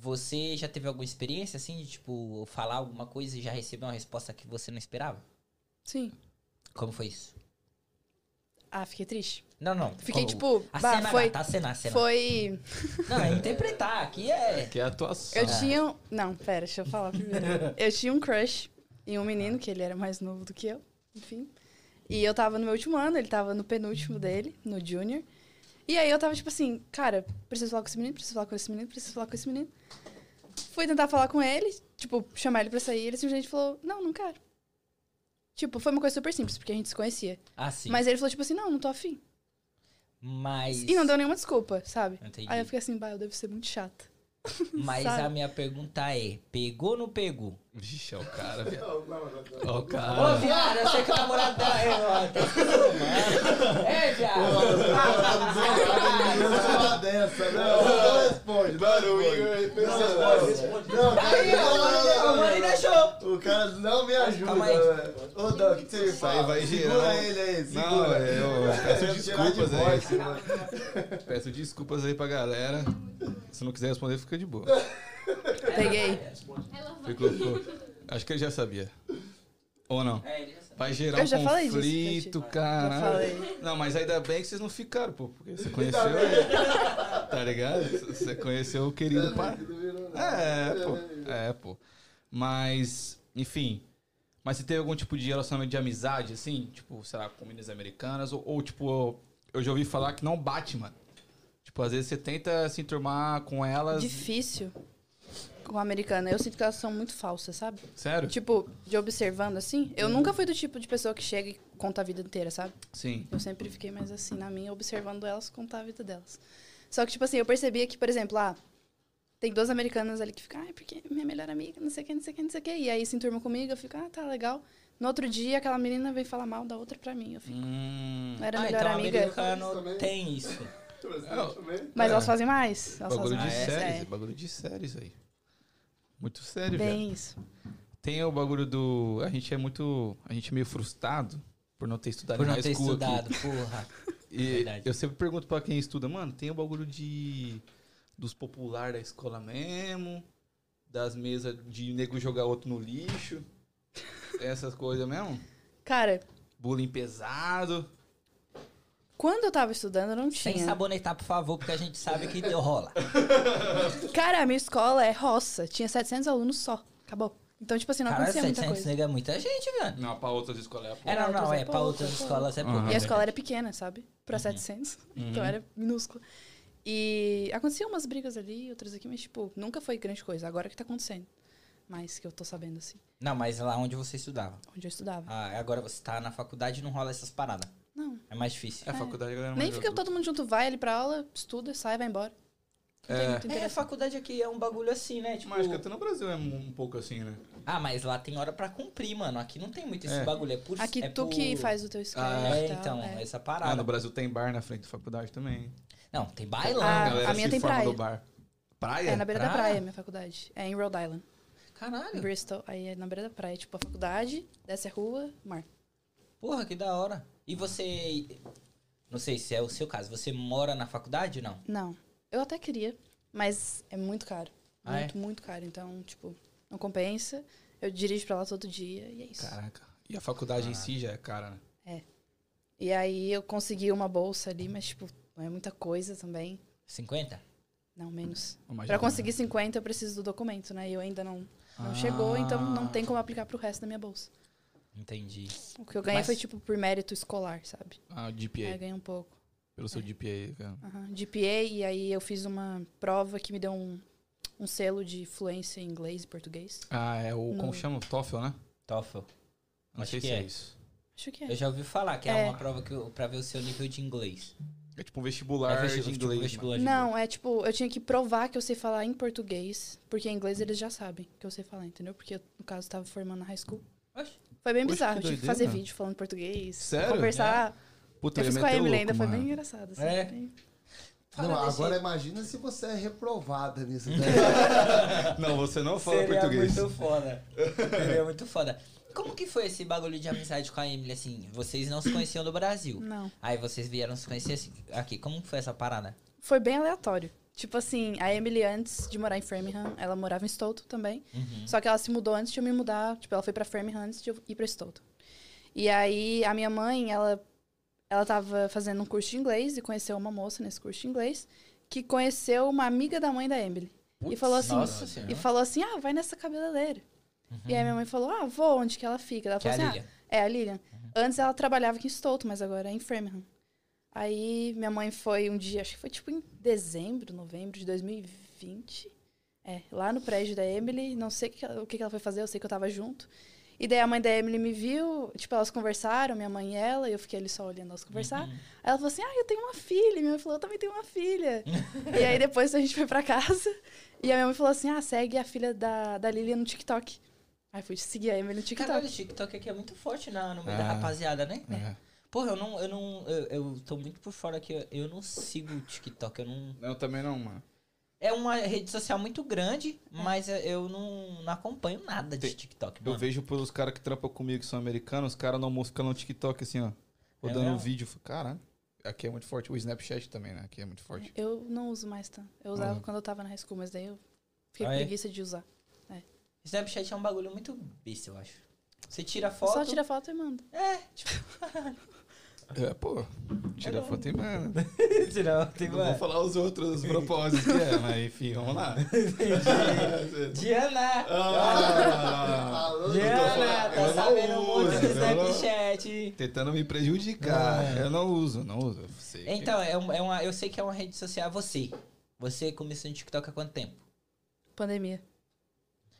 Você já teve alguma experiência assim de tipo falar alguma coisa e já receber uma resposta que você não esperava? Sim. Como foi isso? Ah, fiquei triste. Não, não. Fiquei como- tipo, A bah, cena, foi- gata, a cena, a cena. Foi. Não, é interpretar. Aqui é. Que é a atuação. Eu tinha. um- Não, pera, deixa eu falar primeiro. eu tinha um crush em um menino, que ele era mais novo do que eu, enfim. E eu tava no meu último ano, ele tava no penúltimo dele, no junior. E aí eu tava tipo assim, cara, preciso falar com esse menino, preciso falar com esse menino, preciso falar com esse menino. Fui tentar falar com ele, tipo, chamar ele pra sair, ele simplesmente falou, não, não quero. Tipo, foi uma coisa super simples, porque a gente se conhecia. Ah, sim. Mas. Mas ele falou, tipo assim, não, não tô afim. Mas, E não deu nenhuma desculpa, sabe? Entendi. Aí eu fiquei assim, bah, eu devo ser muito chata. a sabe? minha pergunta é: pegou ou não pegou? Vixe, é o cara, viado. Ó, o cara. Ô, viado, eu sei que o namorado dela é. ó, tá esquecendo, mano. É, viado. Não, dessa, não, não responde. Mano, o Igor Não, pensou. responde. Não, cara, Aí, ó, o não, Mano, não, não, não. deixou. O cara não me ajuda, Calma aí. velho. Ô, Dan, o que que você me Isso aí fala? vai Segura girar. um- ele aí, segura. Não, é, eu peço Eu ia tirar de desculpas aí. voz, mano. Peço desculpas aí pra galera. Se não quiser responder, fica de boa. Peguei. Ficou, ficou. Acho que ele já sabia. Ou não? É, ele já sabe. Vai gerar Eu já um falei disso, conflito, Já caralho. falei. Não, mas ainda bem que vocês não ficaram, pô. Porque você conheceu ele. Tá ligado? Você conheceu o querido pai. É, pô. É, pô. Mas, enfim. Mas você teve algum tipo de relacionamento de amizade, assim? Tipo, sei lá, com meninas americanas? Ou, ou, tipo, eu, eu já ouvi falar que não bate, mano. Tipo, às vezes você tenta se enturmar com elas. Difícil com a americana. Eu sinto que elas são muito falsas, sabe? Sério? Tipo, de observando assim. Eu nunca fui do tipo de pessoa que chega e conta a vida inteira, sabe? Sim. Eu sempre fiquei mais assim na minha, observando elas contar a vida delas. Só que, tipo assim, eu percebia que, por exemplo, ah, tem duas americanas ali que ficam, ai, porque é minha melhor amiga, não sei o que, não sei o que, não sei o que. E aí se enturma comigo, eu fico, ah, tá legal. No outro dia, aquela menina vem falar mal da outra pra mim. Eu fico, Hum. não era a ah, melhor então amiga. é americano tem isso. Mas É. elas fazem mais. Elas Bagulho fazem de mais. séries, é. bagulho de séries aí. Muito sério, velho. Bem isso. Tem o bagulho do. A gente é muito. A gente é meio frustrado por não ter estudado Por Tá na não ter school estudado, Aqui. porra. É E Verdade. eu sempre pergunto pra quem estuda, mano, tem o bagulho de. dos popular da escola mesmo, das mesas de nego jogar outro no lixo. Essas coisas mesmo? Cara, Bullying pesado. quando eu tava estudando, eu não tinha. Sem sabonetar, por favor, porque a gente sabe que deu rola. Cara, a minha escola é roça. Tinha 700 alunos só. Acabou. Então, tipo assim, não Caralho, acontecia muita 700 coisa. nega é muita gente, velho. Não, pra outras escolas é a porra. É, não, não, outras é é pra pouco, outras é pouco. escolas é Aham. pouco. E a escola era pequena, sabe? Pra Uhum. 700. Então era minúscula. E aconteciam umas brigas ali, outras aqui, mas, tipo, nunca foi grande coisa. Agora que tá acontecendo. Mas que eu tô sabendo, assim, Não, mas lá onde você estudava. onde eu estudava. Ah, agora você tá na faculdade e não rola essas paradas. Não. É mais difícil. É, a faculdade, a galera. Nem mais fica adulta. todo mundo junto, vai ali pra aula, estuda, sai, vai embora. Não tem muito É, a interesse. faculdade aqui é um bagulho assim, né? Tipo, Mas acho que até no Brasil é um um pouco assim, né? Ah, mas lá tem hora pra cumprir, mano. Aqui não tem muito esse É. bagulho. É por Aqui é tu por- que faz o teu skate Ah, É, e tal, então, é. essa Ah, parada. no Brasil tem bar na frente da faculdade também. Não, tem bailão. Ah, A galera a minha se tem forma praia. no bar. Praia? É na beira da Praia? praia, minha faculdade. É em Rhode Island. Em Caralho. Bristol. Aí é na beira da praia, tipo, a faculdade, desce a rua, mar. Porra, que da hora. E você. Não sei se é o seu caso. Você mora na faculdade ou não? Não. Eu até queria, mas é muito caro. Ah, é? muito, muito caro. Então, tipo, não compensa. Eu dirijo pra lá todo dia e é isso. Caraca. E a faculdade em si já é cara, né? E aí eu consegui uma bolsa ali, mas, tipo, não é muita coisa também. 50? Não, menos. é Imagina, Pra né? conseguir 50, eu preciso do documento, né? E eu ainda não, não chegou, Ah. então não tem como aplicar pro resto da minha bolsa. Entendi. O que eu ganhei Mas- foi, tipo, por mérito escolar, sabe? Ah, o Aí GPA. eu ganhei um pouco. Pelo seu GPA, cara. Aham, GPA, e aí eu fiz uma prova que me deu um, um selo de fluência em inglês e português. Ah, é o. Como Não. chama? O TOEFL, né? TOEFL. Não Acho sei que se é. é. isso. Acho que Eu é. já ouvi falar que é, É. uma prova que, eu- pra ver o seu nível de inglês. É tipo um vestibular, é vestibular, de tipo, inglês. né? vestibular de inglês. Não, é tipo, eu tinha que provar que eu sei falar em português, porque em inglês eles já sabem que eu sei falar, entendeu? Porque eu, no caso, tava formando na high school. Oxe, Foi bem Poxa, bizarro, que eu tive que doideira. fazer vídeo falando português, Sério? conversar. mano. Puta, Eu ele fiz com a meteu Emily louco, ainda, foi mano. bem engraçado. Assim. É. Bem- fala Não, desse- agora imagina se você é reprovada nisso. né? Não, você não fala Seria português. muito foda. Seria muito foda. Como que foi esse bagulho de amizade com a Emily, assim? Vocês não se conheciam no Brasil. Não. Aí vocês vieram se conhecer assim, aqui. Como que foi essa parada? Foi bem aleatório. Tipo assim, a Emily, antes de morar em Framingham, ela morava em Stoughton também. Só que ela se mudou antes de eu me mudar. Tipo, ela foi pra Framingham antes de eu ir pra Stoughton. E aí, a minha mãe, ela, ela tava fazendo um curso de inglês e conheceu uma moça nesse curso de inglês que conheceu uma amiga da mãe da Emily. e Putz, falou assim, Uhum. nossa senhora. Uhum. e falou assim, ah, vai nessa cabeleireira. E aí minha mãe falou, ah, vou, onde que ela fica? Ela Que é a falou assim, Lilian. ah, é a Lilian. Antes ela trabalhava aqui em Stoughton, mas agora é em Framingham. Aí minha mãe foi um dia, acho que foi tipo em dezembro, novembro de 2020. É, lá no prédio da Emily, não sei o que ela- o que que ela foi fazer, eu sei que eu tava junto. E daí a mãe da Emily me viu, tipo, elas conversaram, minha mãe e ela, e eu fiquei ali só olhando elas conversar. Uhum. Aí ela falou assim, ah, eu tenho uma filha. E minha mãe falou, eu também tenho uma filha. e aí depois a gente foi pra casa, e a minha mãe falou assim, ah, segue a filha da, da Lilian no TikTok. Aí fui seguir a Emily no TikTok. Caralho, o TikTok aqui é muito forte na, no meio da Ah. rapaziada, né? É. Porra, eu não. Eu, não eu, eu tô muito por fora aqui. eu- Eu não sigo o TikTok. Eu não. Eu também não, mano. É uma rede social muito grande, mas eu não, não acompanho nada de Tem- TikTok, Eu mano. vejo pelos caras que trampam comigo, que são americanos, os caras no almoço ficam no TikTok assim, ó. Rodando É um mesmo? vídeo. Caralho. Aqui é muito forte. O Snapchat também, né? Aqui é muito forte. Eu não uso mais, tá? Eu usava Uhum. quando eu tava na high school, mas daí eu fiquei Ah, com é? preguiça de usar. Snapchat é um bagulho muito besta, eu acho. Você tira Eu foto. Só tira foto e manda. É, tipo. É, pô. Tira É, não. foto e mano. tira foto e Não vou vai. falar os outros propósitos que é, mas enfim, vamos lá. Diana! Ah, Diana, eu tá não sabendo muito uso, do eu não- Snapchat. Tentando me prejudicar. Eu não uso, não uso. Eu sei que- Então, é um- é uma, eu sei que é uma rede social. Você. Você começou no TikTok há quanto tempo? Pandemia.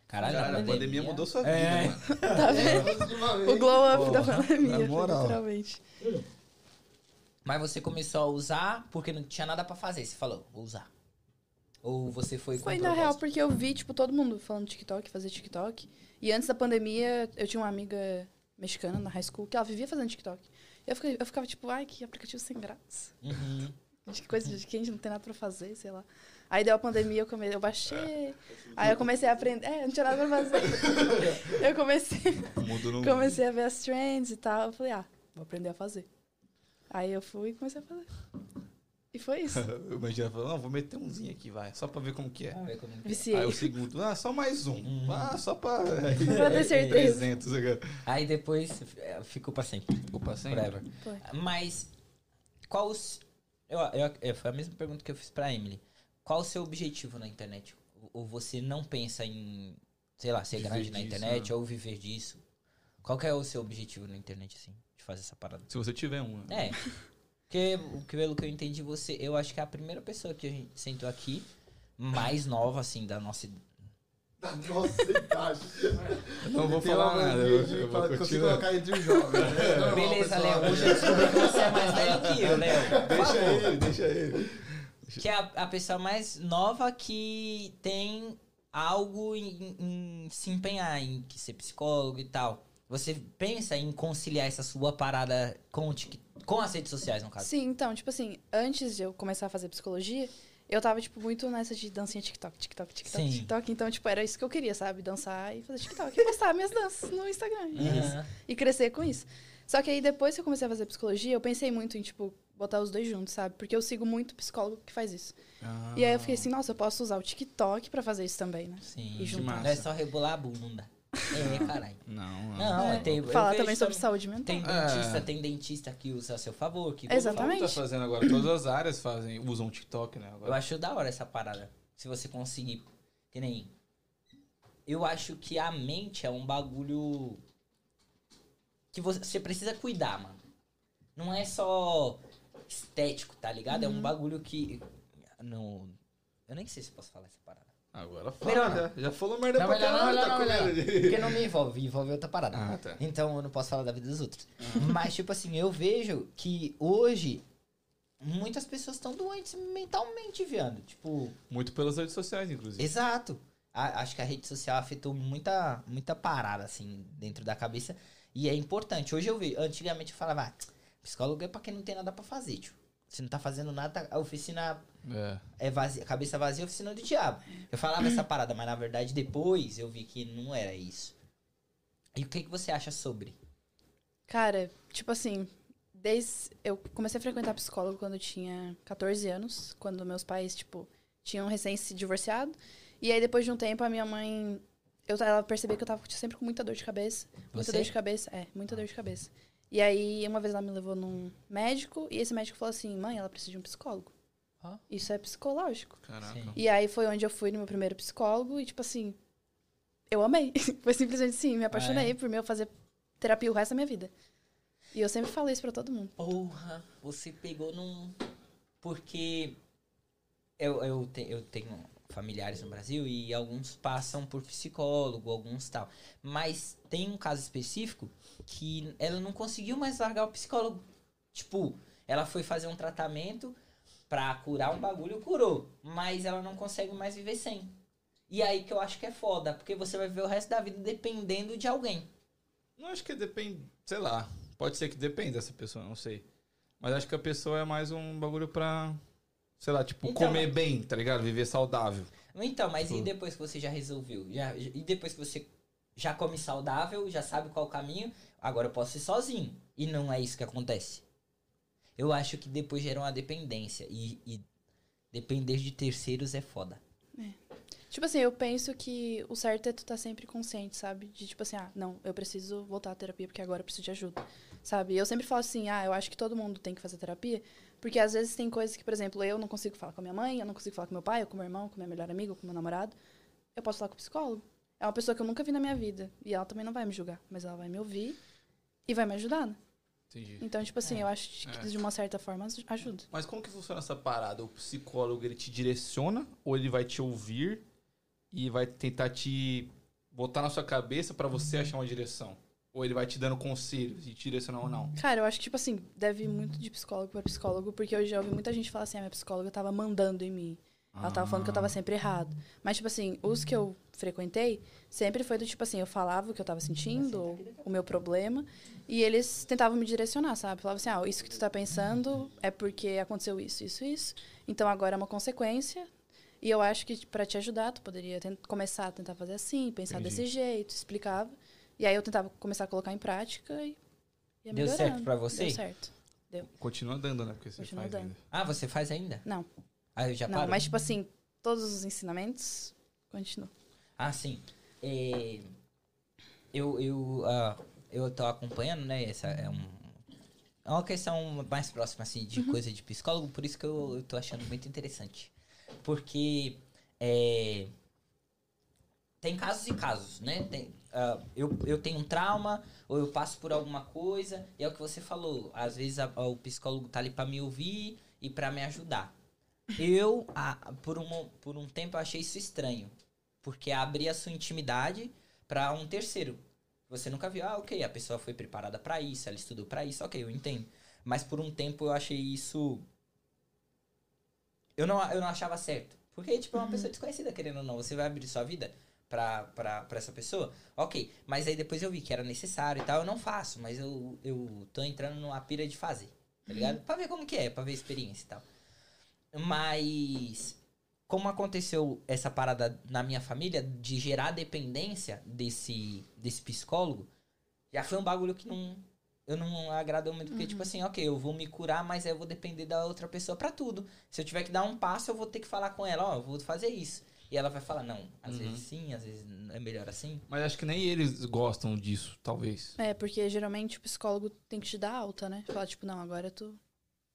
Caralho, Caralho, a pandemia mudou sua vida, É. mano. Tá vendo? O O glow up Porra, da pandemia, na moral. literalmente. Mas você começou a usar porque não tinha nada pra fazer. Você falou, vou usar. Ou você foi com Foi na propósito? real porque eu vi, tipo, todo mundo falando TikTok, fazer TikTok. E antes da pandemia, eu tinha uma amiga mexicana na high school que ela vivia fazendo TikTok. Eu fica- eu ficava tipo, ai, que aplicativo sem graça. Uhum. De que coisa de que a gente não tem nada pra fazer, sei lá. Aí deu a pandemia, eu, come... eu Ah, baixei. Aí eu comecei a aprender. É, não tinha nada pra fazer. Eu comecei. Mundo não. Comecei a ver as trends e tal. Eu falei, ah, vou aprender a fazer. Aí eu fui e comecei a fazer. E foi isso. Eu imagino falando, não, vou meter umzinho aqui, vai, só pra ver como que é. Vamos ver como que é. Viciei. Aí o segundo, ah, só mais um. Hum. Ah, só pra. Pra ter certeza. 300 agora. Aí depois é, ficou pra sempre. Opa, sem. Forever. Foi. Mas qual os. Eu, eu, é, foi a mesma pergunta que eu fiz pra Emily. Qual o seu objetivo na internet? Ou- Ou você não pensa em, sei lá, ser Viver grande na disso, né? internet ou viver disso? Qual que é o seu objetivo na internet, assim, de fazer essa parada? Se você tiver um. né? É. Porque, o que- pelo que eu entendi, você. Eu acho que é a primeira pessoa que a gente sentou aqui, mais nova, assim, da nossa. id- Nossa, idade. Eu não vou Tem falar uma nada, mania eu, de eu vou falar- consigo continuar. colocar entre os jovens. né? Normal, Beleza, pessoal. Léo. Hoje eu descobri que você é mais velho que eu, Léo. Deixa ele, deixa ele. Que é a, a pessoa mais nova que tem algo em, em se empenhar, em que ser psicólogo e tal. Você pensa em conciliar essa sua parada com, o tic- com as redes sociais, no caso? Sim, então, tipo assim, antes de eu começar a fazer psicologia, eu tava, tipo, muito nessa de dancinha TikTok, TikTok, TikTok, Sim. TikTok. Então, tipo, era isso que eu queria, sabe? Dançar e fazer TikTok. E postar minhas danças no Instagram. E é isso. Aham. e crescer com isso. Só que aí depois que eu comecei a fazer psicologia, eu pensei muito em, tipo, botar os dois juntos, sabe? Porque eu sigo muito psicólogo que faz isso. Ah. E aí eu fiquei assim, nossa, eu posso usar o TikTok pra fazer isso também, né? Sim. E junto. Não é só rebolar a bunda. É, caralho. Não, não. Não, É. tem. eu Falar vejo também sobre saúde mental. Tem Ah. dentista, tem dentista que usa a seu favor. Que Exato. Fala o que Tá Então, Exatamente. fazendo agora, todas as áreas fazem, usam o TikTok, né? Eu Agora. acho da hora essa parada. Se você conseguir. Que nem. Eu acho que a mente é um bagulho. Que você, você precisa cuidar, mano. Não é só estético, tá ligado? É um bagulho que. Não. Eu nem sei se eu posso falar essa parada. Agora Melhor fala. não. Já, já falou merda Não, pra melhor não, caralho, melhor tá não, com melhor medo de- Porque não me envolve, envolve outra parada. Ah, tá. Uhum. Então eu não posso falar da vida dos outros. Mas, tipo assim, eu vejo que hoje muitas pessoas estão doentes mentalmente, viando. Tipo, Muito pelas redes sociais, inclusive. exato. A- acho que a rede social afetou muita, muita parada, assim, dentro da cabeça. E é importante. Hoje eu vejo. Antigamente eu falava, ah, psicólogo é pra quem não tem nada pra fazer, tio. Você não tá fazendo nada, a oficina É. é vazia, cabeça vazia, oficina do diabo. Eu falava essa parada, mas na verdade depois eu vi que não era isso. E o que, que você acha sobre? Cara, tipo assim, desde eu comecei a frequentar psicólogo quando eu tinha 14 anos, quando meus pais, tipo, tinham recém se divorciado. E aí, depois de um tempo, a minha mãe. Eu, ela percebia que eu tava sempre com muita dor de cabeça. Muita Você? dor de cabeça. É, muita dor de cabeça. E aí, uma vez ela me levou num médico. E esse médico falou assim: mãe, ela precisa de um psicólogo. Ó. Isso é psicológico. Caraca. Sim. E aí foi onde eu fui no meu primeiro psicólogo e, tipo assim, eu amei. Foi simplesmente assim, me apaixonei por meu fazer terapia o resto da minha vida. E eu sempre falo isso pra todo mundo. Porra, você pegou num. Porque eu, eu, te- eu tenho familiares no Brasil e alguns passam por psicólogo, alguns tal. Mas tem um caso específico que ela não conseguiu mais largar o psicólogo. Tipo, ela foi fazer um tratamento pra curar um bagulho, curou. Mas ela não consegue mais viver sem. E aí que eu acho que é foda, porque você vai viver o resto da vida dependendo de alguém. Não acho que depende, sei lá. Pode ser que dependa dessa pessoa, não sei. Mas acho que a pessoa é mais um bagulho pra, sei lá, tipo, Então, comer mas- bem, tá ligado? Viver saudável. Então, mas e Hum. depois que você já resolveu? Já, e depois que você já come saudável, já sabe qual o caminho, agora eu posso ir sozinho. E não é isso que acontece. Eu acho que depois gera uma dependência. E, e depender de terceiros é foda. Tipo assim, eu penso que o certo é tu tá sempre consciente, sabe? De tipo assim, ah, não, eu preciso voltar à terapia porque agora eu preciso de ajuda, sabe? Eu sempre falo assim, ah, eu acho que todo mundo tem que fazer terapia, porque às vezes tem coisas que, por exemplo, eu não consigo falar com a minha mãe, eu não consigo falar com meu pai, ou com meu irmão, com meu melhor amigo, ou com meu namorado. Eu posso falar com o psicólogo. É uma pessoa que eu nunca vi na minha vida. E ela também não vai me julgar, mas ela vai me ouvir e vai me ajudar, né? Entendi. Então, tipo assim, eu acho que É. de uma certa forma aj- ajuda. Mas como que funciona essa parada? O psicólogo, ele te direciona ou ele vai te ouvir e vai tentar te botar na sua cabeça pra você achar uma direção? Ou ele vai te dando conselhos e te direcionar ou não? Cara, eu acho que, tipo assim, deve ir muito de psicólogo pra psicólogo, porque eu já ouvi muita gente falar assim, a minha psicóloga tava mandando em mim. Ela tava falando que eu tava sempre errado. Mas, tipo assim, os que eu frequentei sempre foi do tipo assim, eu falava o que eu tava sentindo, ou o meu problema, e eles tentavam me direcionar, sabe? Falavam assim, ah, isso que tu tá pensando é porque aconteceu isso, isso, isso. Então agora é uma consequência. E eu acho que pra te ajudar, tu poderia ten- começar a tentar fazer assim, pensar Entendi. desse jeito, explicava. E aí eu tentava começar a colocar em prática e ia Deu certo melhorando. pra você? Deu certo. Continua dando, né? Porque você Continua faz dando. ainda. Ah, você faz ainda? Não, Ah, eu já não, paro. mas tipo assim, todos os ensinamentos continuam. Ah, sim. É, eu, eu, ah, eu tô acompanhando, né? Essa é, um, é uma questão mais próxima, assim, de coisa de psicólogo, por isso que eu, eu tô achando muito interessante. Porque é, tem casos e casos, né? Tem, ah, eu, eu tenho um trauma, ou eu passo por alguma coisa, e é o que você falou. Às vezes a- o psicólogo tá ali pra me ouvir e pra me ajudar. Eu, a- por, um, por um tempo, eu achei isso estranho. Porque é abrir a sua intimidade pra um terceiro. Você nunca viu, ah, ok, a pessoa foi preparada pra isso, ela estudou pra isso, ok, eu entendo. Mas por um tempo eu achei isso. Eu não, eu não achava certo. Porque, tipo, é uma pessoa desconhecida, querendo ou não. Você vai abrir sua vida pra, pra, pra essa pessoa? Ok. Mas aí depois eu vi que era necessário e tal. Eu não faço, mas eu, eu tô entrando numa pira de fazer. Tá ligado? Pra ver como que é, pra ver a experiência e tal. Mas como aconteceu essa parada na minha família de gerar dependência desse, desse psicólogo, já foi um bagulho que não. Eu não agradou muito, porque, tipo assim, ok, eu vou me curar, mas aí eu vou depender da outra pessoa pra tudo. Se eu tiver que dar um passo, eu vou ter que falar com ela, ó, eu vou fazer isso. E ela vai falar, não, às Uhum. vezes sim, às vezes é melhor assim. Mas acho que nem eles gostam disso, talvez. É, porque geralmente o psicólogo tem que te dar alta, né? Falar, tipo, não, agora tu,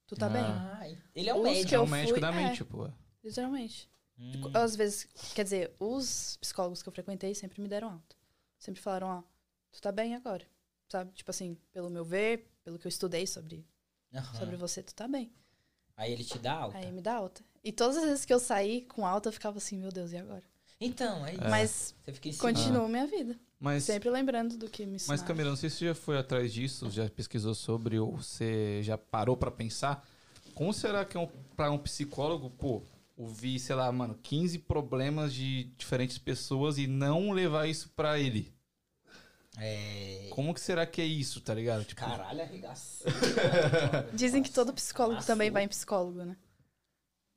tu tá Ah. bem. Ai, ele é um Os médico. que é eu o médico fui- da é. mente, pô. Literalmente. Tipo, Hum, Às vezes, quer dizer, os psicólogos que eu frequentei sempre me deram alta. Sempre falaram, ó, tu tá bem agora. Sabe? Tipo assim, pelo meu ver, pelo que eu estudei sobre, aham. sobre você, tu tá bem. Aí ele te dá Ah. alta. Aí me dá alta. E todas as vezes que eu saí com alta, eu ficava assim, meu Deus, e agora? Então, é isso. Mas Você fica em cima. continuo minha vida. Mas, Sempre lembrando do que me mas ensinaram. Camila, não sei se você já foi atrás disso, já pesquisou sobre ou você já parou pra pensar. Como será que é um, pra um psicólogo, pô, ouvir, sei lá, mano, 15 problemas de diferentes pessoas e não levar isso pra ele? É... Como que será que é isso, tá ligado? Tipo, Caralho, arregaçou. Dizem que todo psicólogo Nossa. também vai em psicólogo, né?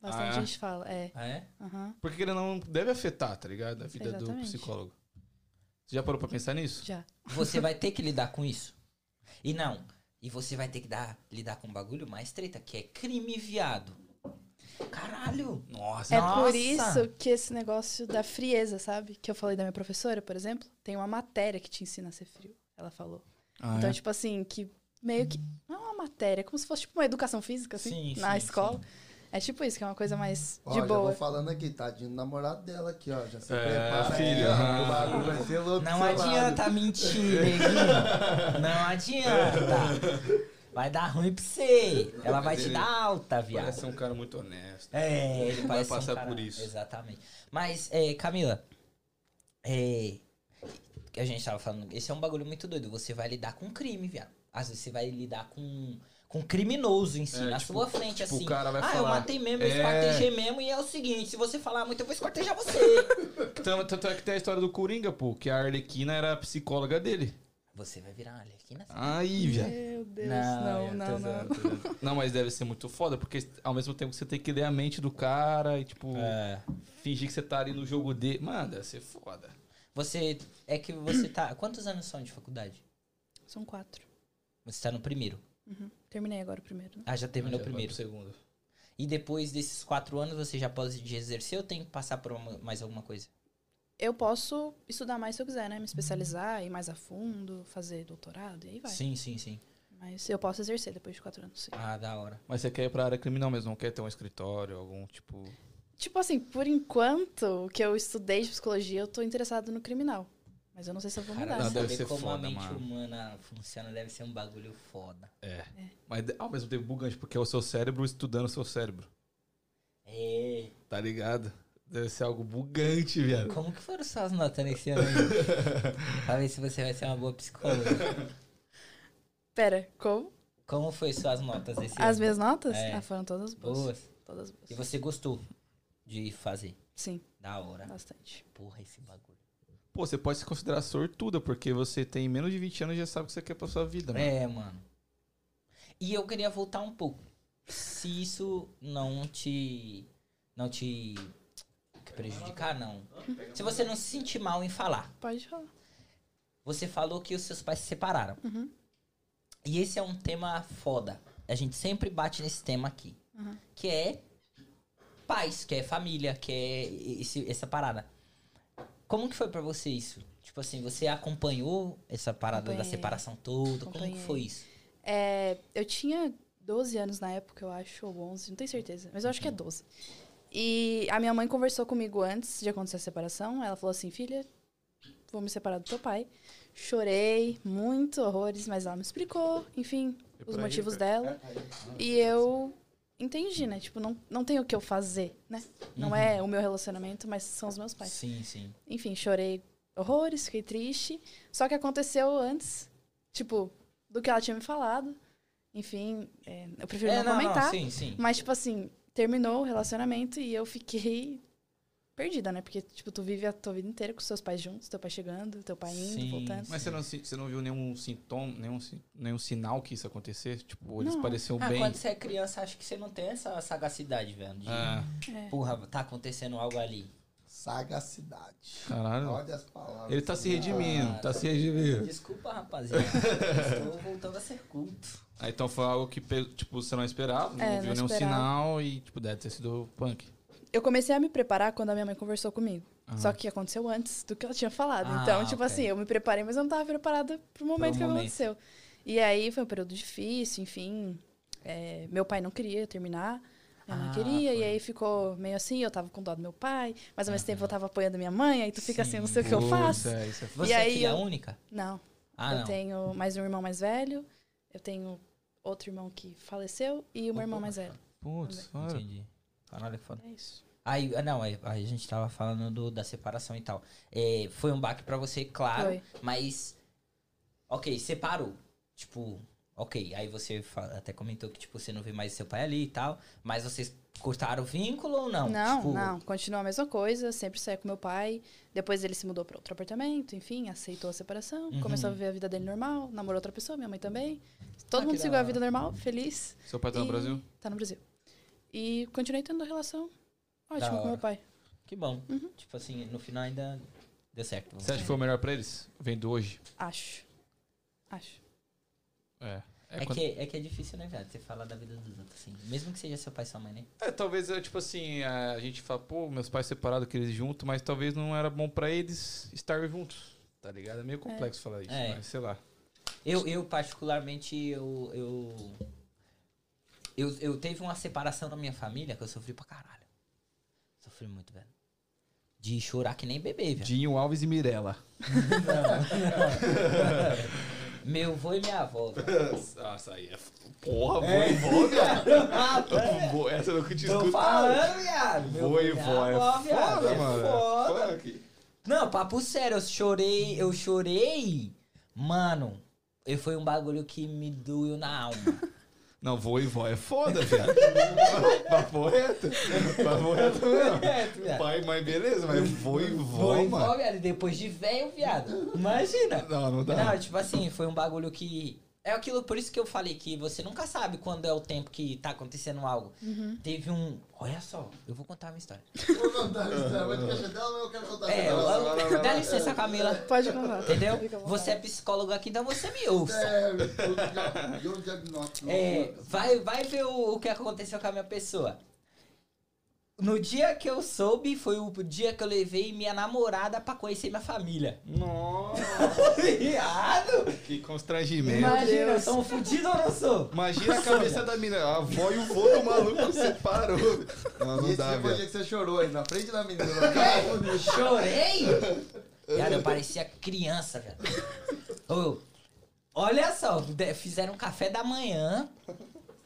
Bastante Ah, é? gente fala, é. Ah, Ah, é? Aham, porque ele não deve afetar, tá ligado? A vida do Exatamente. psicólogo. Você já parou pra pensar nisso? já. Você vai ter que lidar com isso. E não. E você vai ter que dar, lidar com um bagulho mais treta, que é crime viado. Caralho! Nossa. É Nossa! por isso que esse negócio da frieza, sabe? Que eu falei da minha professora, por exemplo, tem uma matéria que te ensina a ser frio. Ela falou. Ah, Então, é? tipo assim, que meio que. Não é uma matéria, é como se fosse tipo uma educação física, assim, Sim, na sim, escola. É tipo isso, que é uma coisa mais Ó, de já vou boa. falando aqui, tadinho do namorado dela aqui, ó. Já se É, prepara. aí, filho. ó, Ah. O bagulho vai ser louco. Não do seu lado. adianta mentir, neguinho. Não adianta. Vai dar ruim pra você. Ela vai te dar alta, Parece viado. ser um cara muito honesto. É, Ele vai parece um passar por isso. Exatamente. Mas, é, Camila, é, que a gente tava falando, esse é um bagulho muito doido. Você vai lidar com crime, viado. Às vezes você vai lidar com, com criminoso em si, É, na tipo- sua frente, tipo, assim. o cara vai ah, eu falar, matei mesmo, eu "É." esquartejei mesmo, e é o seguinte, se você falar muito, eu vou esquartejar você. Tanto, tanto é que tem a história do Coringa, pô, que a Arlequina era a psicóloga dele. você vai virar uma Arlequina? Aí, viado. Meu Deus, Não, não, eu não, não. Não, mas deve ser muito foda, porque ao mesmo tempo que você tem que ler a mente do cara e, tipo, É. fingir que você tá ali no jogo dele. Mano, deve ser foda. Você. É que você tá. Quantos anos são de faculdade? São quatro. Você tá no primeiro. Terminei agora o primeiro, né? Ah, já terminou Já o vai primeiro. pro segundo. E depois desses quatro anos você já pode exercer ou tem que passar por uma- mais alguma coisa? Eu posso estudar mais se eu quiser, né? Me especializar, ir mais a fundo, fazer doutorado, e aí vai. Sim, sim, sim. Mas eu posso exercer depois de quatro anos, sim. Ah, da hora. Mas você quer ir pra área criminal mesmo, não quer ter um escritório, algum tipo. Tipo assim, por enquanto o que eu estudei de psicologia, eu tô interessado no criminal. Mas eu não sei se eu vou mudar. Cara, não, sabe? deve saber ser como a foda, mente mano. humana funciona deve ser um bagulho foda. Mas ao mesmo tempo bugante, porque é o seu cérebro estudando o seu cérebro. É. Tá ligado? Deve ser algo bugante, viado. Como que foram suas notas nesse ano? aí? pra ver se você vai ser uma boa psicóloga. Pera, como? Como foi suas notas esse ano? As minhas notas? É. Ah, foram todas boas. Boas. Todas E boas. você gostou de fazer? Sim, Da hora. bastante. Porra, esse bagulho. Pô, você pode se considerar sortuda, porque você tem menos de 20 anos e já sabe o que você quer pra sua vida, né? mano. É, mano. E eu queria voltar um pouco. Se isso não te. Não te. que prejudicar, não. Se você não se sentir mal em falar. Pode falar. Você falou que os seus pais se separaram. Uhum. E esse é um tema foda. A gente sempre bate nesse tema aqui. Uhum. Que é pais, que é família, que é esse- essa parada. Como que foi pra você isso? Tipo assim, você acompanhou essa parada da Acompanhei. separação toda? Como que Acompanhei. foi isso? É, eu tinha 12 anos na época, eu acho, ou 11, não tenho certeza, mas eu acho que é 12. E a minha mãe conversou comigo antes de acontecer a separação. Ela falou assim: Filha, vou me separar do teu pai. Chorei, muito horrores, mas ela me explicou, enfim, os por aí, motivos cara. dela. E eu entendi, né? Tipo, não, não tem o que eu fazer, né? Não é o meu relacionamento, mas são os meus pais. Sim, sim. Enfim, chorei horrores, fiquei triste. Só que aconteceu antes, tipo, do que ela tinha me falado. Enfim, é, eu prefiro É, não, comentar. sim, sim. mas, tipo assim, terminou o relacionamento e eu fiquei perdida, né? Porque, tipo, tu vive a tua vida inteira com seus pais juntos, teu pai chegando, teu pai indo, Sim. voltando. Mas você não, se- você não viu nenhum sintoma, nenhum, si- nenhum sinal que isso acontecesse? Tipo, eles Não. pareciam Ah, bem. quando você é criança, acho que você não tem essa sagacidade, velho. De, Ah, É. Porra, tá acontecendo algo ali. Sagacidade. caralho. Olha as palavras. Ele tá se redimindo, Ah, tá se redimindo. Desculpa, rapaziada. Estou voltando a ser culto. Ah, então foi algo que, pe- tipo, você não esperava, não É, viu não nenhum esperava. sinal e, tipo, deve ter sido punk. Eu comecei a me preparar quando a minha mãe conversou comigo. Ah. Só que aconteceu antes do que ela tinha falado. Ah, então, tipo ok. assim, eu me preparei, mas eu não tava preparada pro momento que momento. aconteceu. E aí foi um período difícil, enfim. É, meu pai não queria terminar, minha mãe Ah, queria, foi. e aí ficou meio assim, eu tava com dó do meu pai, mas ao mesmo tempo eu tava apoiando minha mãe, aí tu fica assim, não sei o que eu Putz, faço. é, isso é foda. Você é aí filha eu- única? Não. Ah, eu não. tenho mais um irmão mais velho, eu tenho outro irmão que faleceu e uma Oh, irmã porra. mais velha. Putz, olha. Entendi. Caralho, que foda. É isso. Aí, ah, não, aí, aí a gente tava falando do- da separação e tal. É, foi um baque pra você, claro, Foi. mas. Ok, separou. Tipo, ok. Aí você fa- até comentou que tipo, você não vê mais seu pai ali e tal. Mas vocês cortaram o vínculo ou não? Não, Tipo, não. Continua a mesma coisa. Sempre saía com meu pai. Depois ele se mudou para outro apartamento. Enfim, aceitou a separação. Uhum. Começou a viver a vida dele normal. Namorou outra pessoa, minha mãe também. Todo Ah, que mundo da seguiu a hora. vida normal, feliz. Seu pai tá no E- Brasil? Tá no Brasil. E continuei tendo relação Da ótima com hora. meu pai. Que bom. Uhum. Tipo assim, no final ainda deu certo. Você acha que foi o melhor pra eles? Vendo hoje? Acho. Acho. É. É, quando- que, é que é difícil, né, viado? Você falar da vida dos outros, assim. Mesmo que seja seu pai e sua mãe, né? É, talvez eu, tipo assim, a gente fala, pô, meus pais separados, que eles juntos, mas talvez não era bom pra eles estar juntos, tá ligado? É meio complexo falar isso, É. mas sei lá. Eu, eu particularmente, eu, eu, eu. Eu teve uma separação na minha família que eu sofri pra caralho. Sofri muito, velho. De chorar que nem bebê, velho. Dinho Alves e Mirella. Meu avô e minha avó, velho. Nossa, aí é. Porra, vou e vó, viado. Vô- Essa eu nunca te Tô escuto. falando, viado. É. Então Meu Vô e minha vó, é avó, viado, foda, é mano. foda. Fuck. Não, papo sério, eu chorei, eu chorei. Mano, e foi um bagulho que me doeu na alma. Não, vô e vó é foda, viado. Papo reto. Papo reto mesmo. viado. Pai e mãe, beleza, mas vô e vó, Foi mano. igual, viado. e Depois de velho, viado. Imagina. Não, não dá. Não, tipo assim, foi um bagulho que. É aquilo, por isso que eu falei que você nunca sabe quando é o tempo que tá acontecendo algo. Teve um. Olha só, eu vou contar a minha história. Vou contar a história, mas deixa dela, eu quero contar a É, história. eu- Vai lá, vai lá, vai dá lá. licença, Camila. Pode contar. Entendeu? Fica à vontade. Você é psicólogo aqui, então você me ouça. É, eu- eu- eu diagnóstico. É, vai, vai ver o, o que aconteceu com a minha pessoa. No dia que eu soube, foi o dia que eu levei minha namorada pra conhecer minha família. Nossa, Viado! que constrangimento. Imagina, eu Deus. sou um fudido ou não sou? Imagina a cabeça da mina, a avó e o vô do maluco separou. tipo Não, E não esse dá, foi o velho. dia que você chorou aí, na frente da menina. Cara, Eu chorei! Cara, eu parecia criança, velho. Ô, olha só, de- fizeram um café da manhã.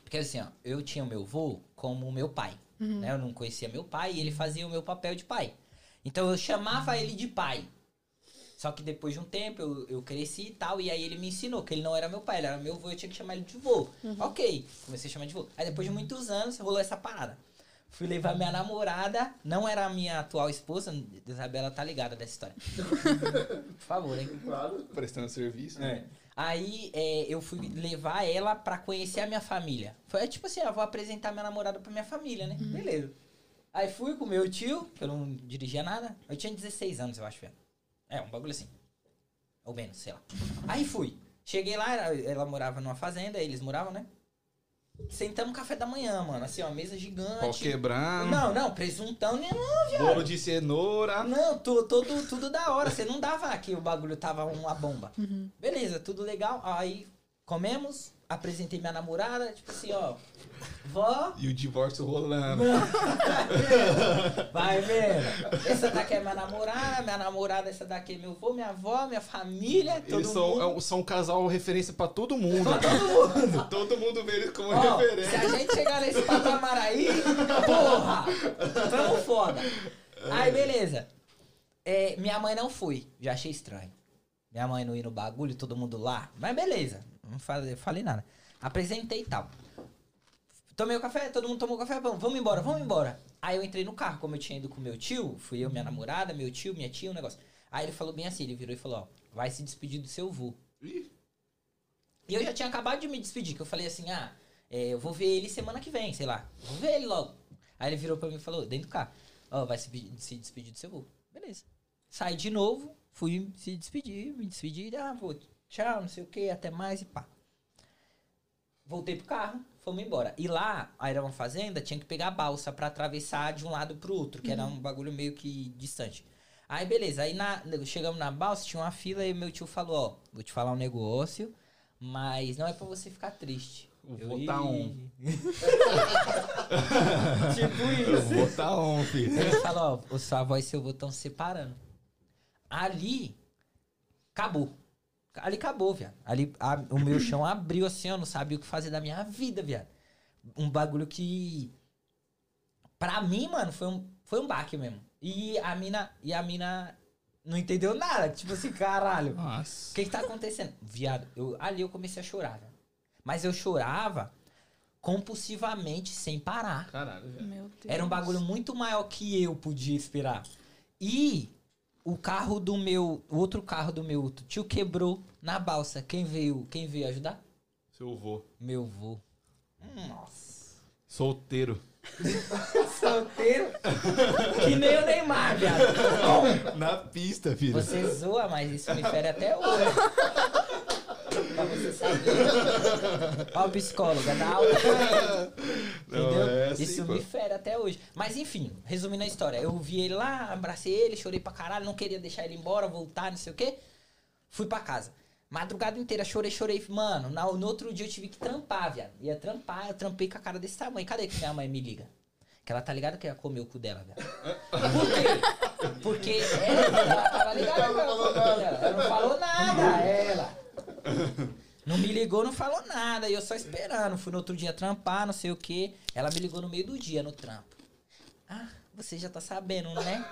Porque assim, ó, eu tinha meu vô como meu pai. Né? Eu não conhecia meu pai e ele fazia o meu papel de pai. Então eu chamava ele de pai. Só que depois de um tempo eu, eu cresci e tal, e aí ele me ensinou que ele não era meu pai, ele era meu vô, eu tinha que chamar ele de vô. Ok, comecei a chamar de vô. Aí depois de muitos anos rolou essa parada. Fui levar minha namorada, não era a minha atual esposa, Isabela tá ligada dessa história. Por favor, hein? claro. Prestando serviço. É. né? Aí é, eu fui levar ela pra conhecer a minha família. Foi tipo assim, ah, vou apresentar minha namorada pra minha família, né? Beleza. Aí fui com meu tio, que eu não dirigia nada. Eu tinha 16 anos, eu acho, velho. É, um bagulho assim. Ou menos, sei lá. Aí fui. Cheguei lá, ela- ela morava numa fazenda, eles moravam, né? Sentamos café da manhã, mano. Assim, uma mesa Pau gigante. quebrando, Não, não, presuntão nem bolo de cenoura. não, tu- tudo, tudo da hora. Você não dava que o bagulho tava uma bomba. Beleza, tudo legal. Aí comemos, apresentei minha namorada, tipo assim, ó. Vó, E o divórcio rolando. vai vendo. Essa daqui é minha namorada, minha namorada, essa daqui é meu vô, minha avó, minha família, todo Eles são, mundo. é um- são um casal referência pra todo mundo. Todo mundo. todo mundo vê eles como Ó, se referência. a gente chegar nesse patamar aí, porra, tamo foda. Aí, beleza. É, minha mãe não foi, já achei estranho. Minha mãe não ir no bagulho, todo mundo lá. Mas beleza, não falei, falei nada. Apresentei e tal. Tomei o café, todo mundo tomou o café, vamos, vamos embora, vamos embora. Aí eu entrei no carro, como eu tinha ido com meu tio, fui eu, minha namorada, meu tio, minha tia, um negócio. Aí ele falou bem assim, ele virou e falou, ó, vai se despedir do seu vô. E eu já tinha acabado de me despedir, que eu falei assim, ah, é, eu vou ver ele semana que vem, sei lá. Vou ver ele logo. Aí ele virou pra mim e falou, dentro do carro, ó, vai se, pe- se despedir do seu voo. Beleza. Saí de novo, fui se despedir, me despedi, ah, vou, tchau, não sei o que, até mais e pá. Voltei pro carro, fomos embora. E lá, aí era uma fazenda, tinha que pegar a balsa pra atravessar de um lado pro outro, que era um bagulho meio que distante. Aí beleza, aí na- chegamos na balsa, tinha uma fila e meu tio falou, ó, vou te falar um negócio, mas não é pra você ficar triste. Eu Eu vou "Ih". tá on. tipo Eu isso. vou tá on, filho. Ele fala, ó, sua avó e seu avô estão se separando. Ali, acabou. Ali acabou, viado. Ali a- o meu chão abriu assim, eu não sabia o que fazer da minha vida, viado. Um bagulho que. Pra mim, mano, foi um, foi um baque mesmo. E a mina. E a mina não entendeu nada. Tipo assim, caralho. O Nossa. que, que tá acontecendo? Viado, eu, ali eu comecei a chorar, velho. Mas eu chorava compulsivamente, sem parar. Caralho, velho. Meu Deus. Era um bagulho muito maior que eu podia esperar. E o carro do meu, o outro carro do meu outro tio quebrou na balsa. Quem veio, quem veio ajudar? Seu vô. Meu vô. Nossa. Solteiro. Solteiro. que nem o Neymar, viado. Na pista, filho. Você zoa, mas isso me fere até hoje. pra você saber. Ó, psicóloga, dá aula. Entendeu? é assim, Isso me fere até hoje. Mas enfim, resumindo a história, eu vi ele lá, abracei ele, chorei pra caralho, não queria deixar ele embora, voltar, não sei o quê. Fui pra casa. Madrugada inteira, chorei, chorei. Mano, na- no outro dia eu tive que trampar, viado. Ia trampar, eu trampei com a cara desse tamanho. Cadê que minha mãe me liga? Que ela tá ligada que ia comer o cu dela, velho. Por quê? Porque ela tava ligada que ela comeu o cu dela. Ela não falou nada, ela. Não me ligou, não falou nada. E eu só esperando. Fui no outro dia trampar, não sei o quê. Ela me ligou no meio do dia no trampo. Ah, você já tá sabendo, né?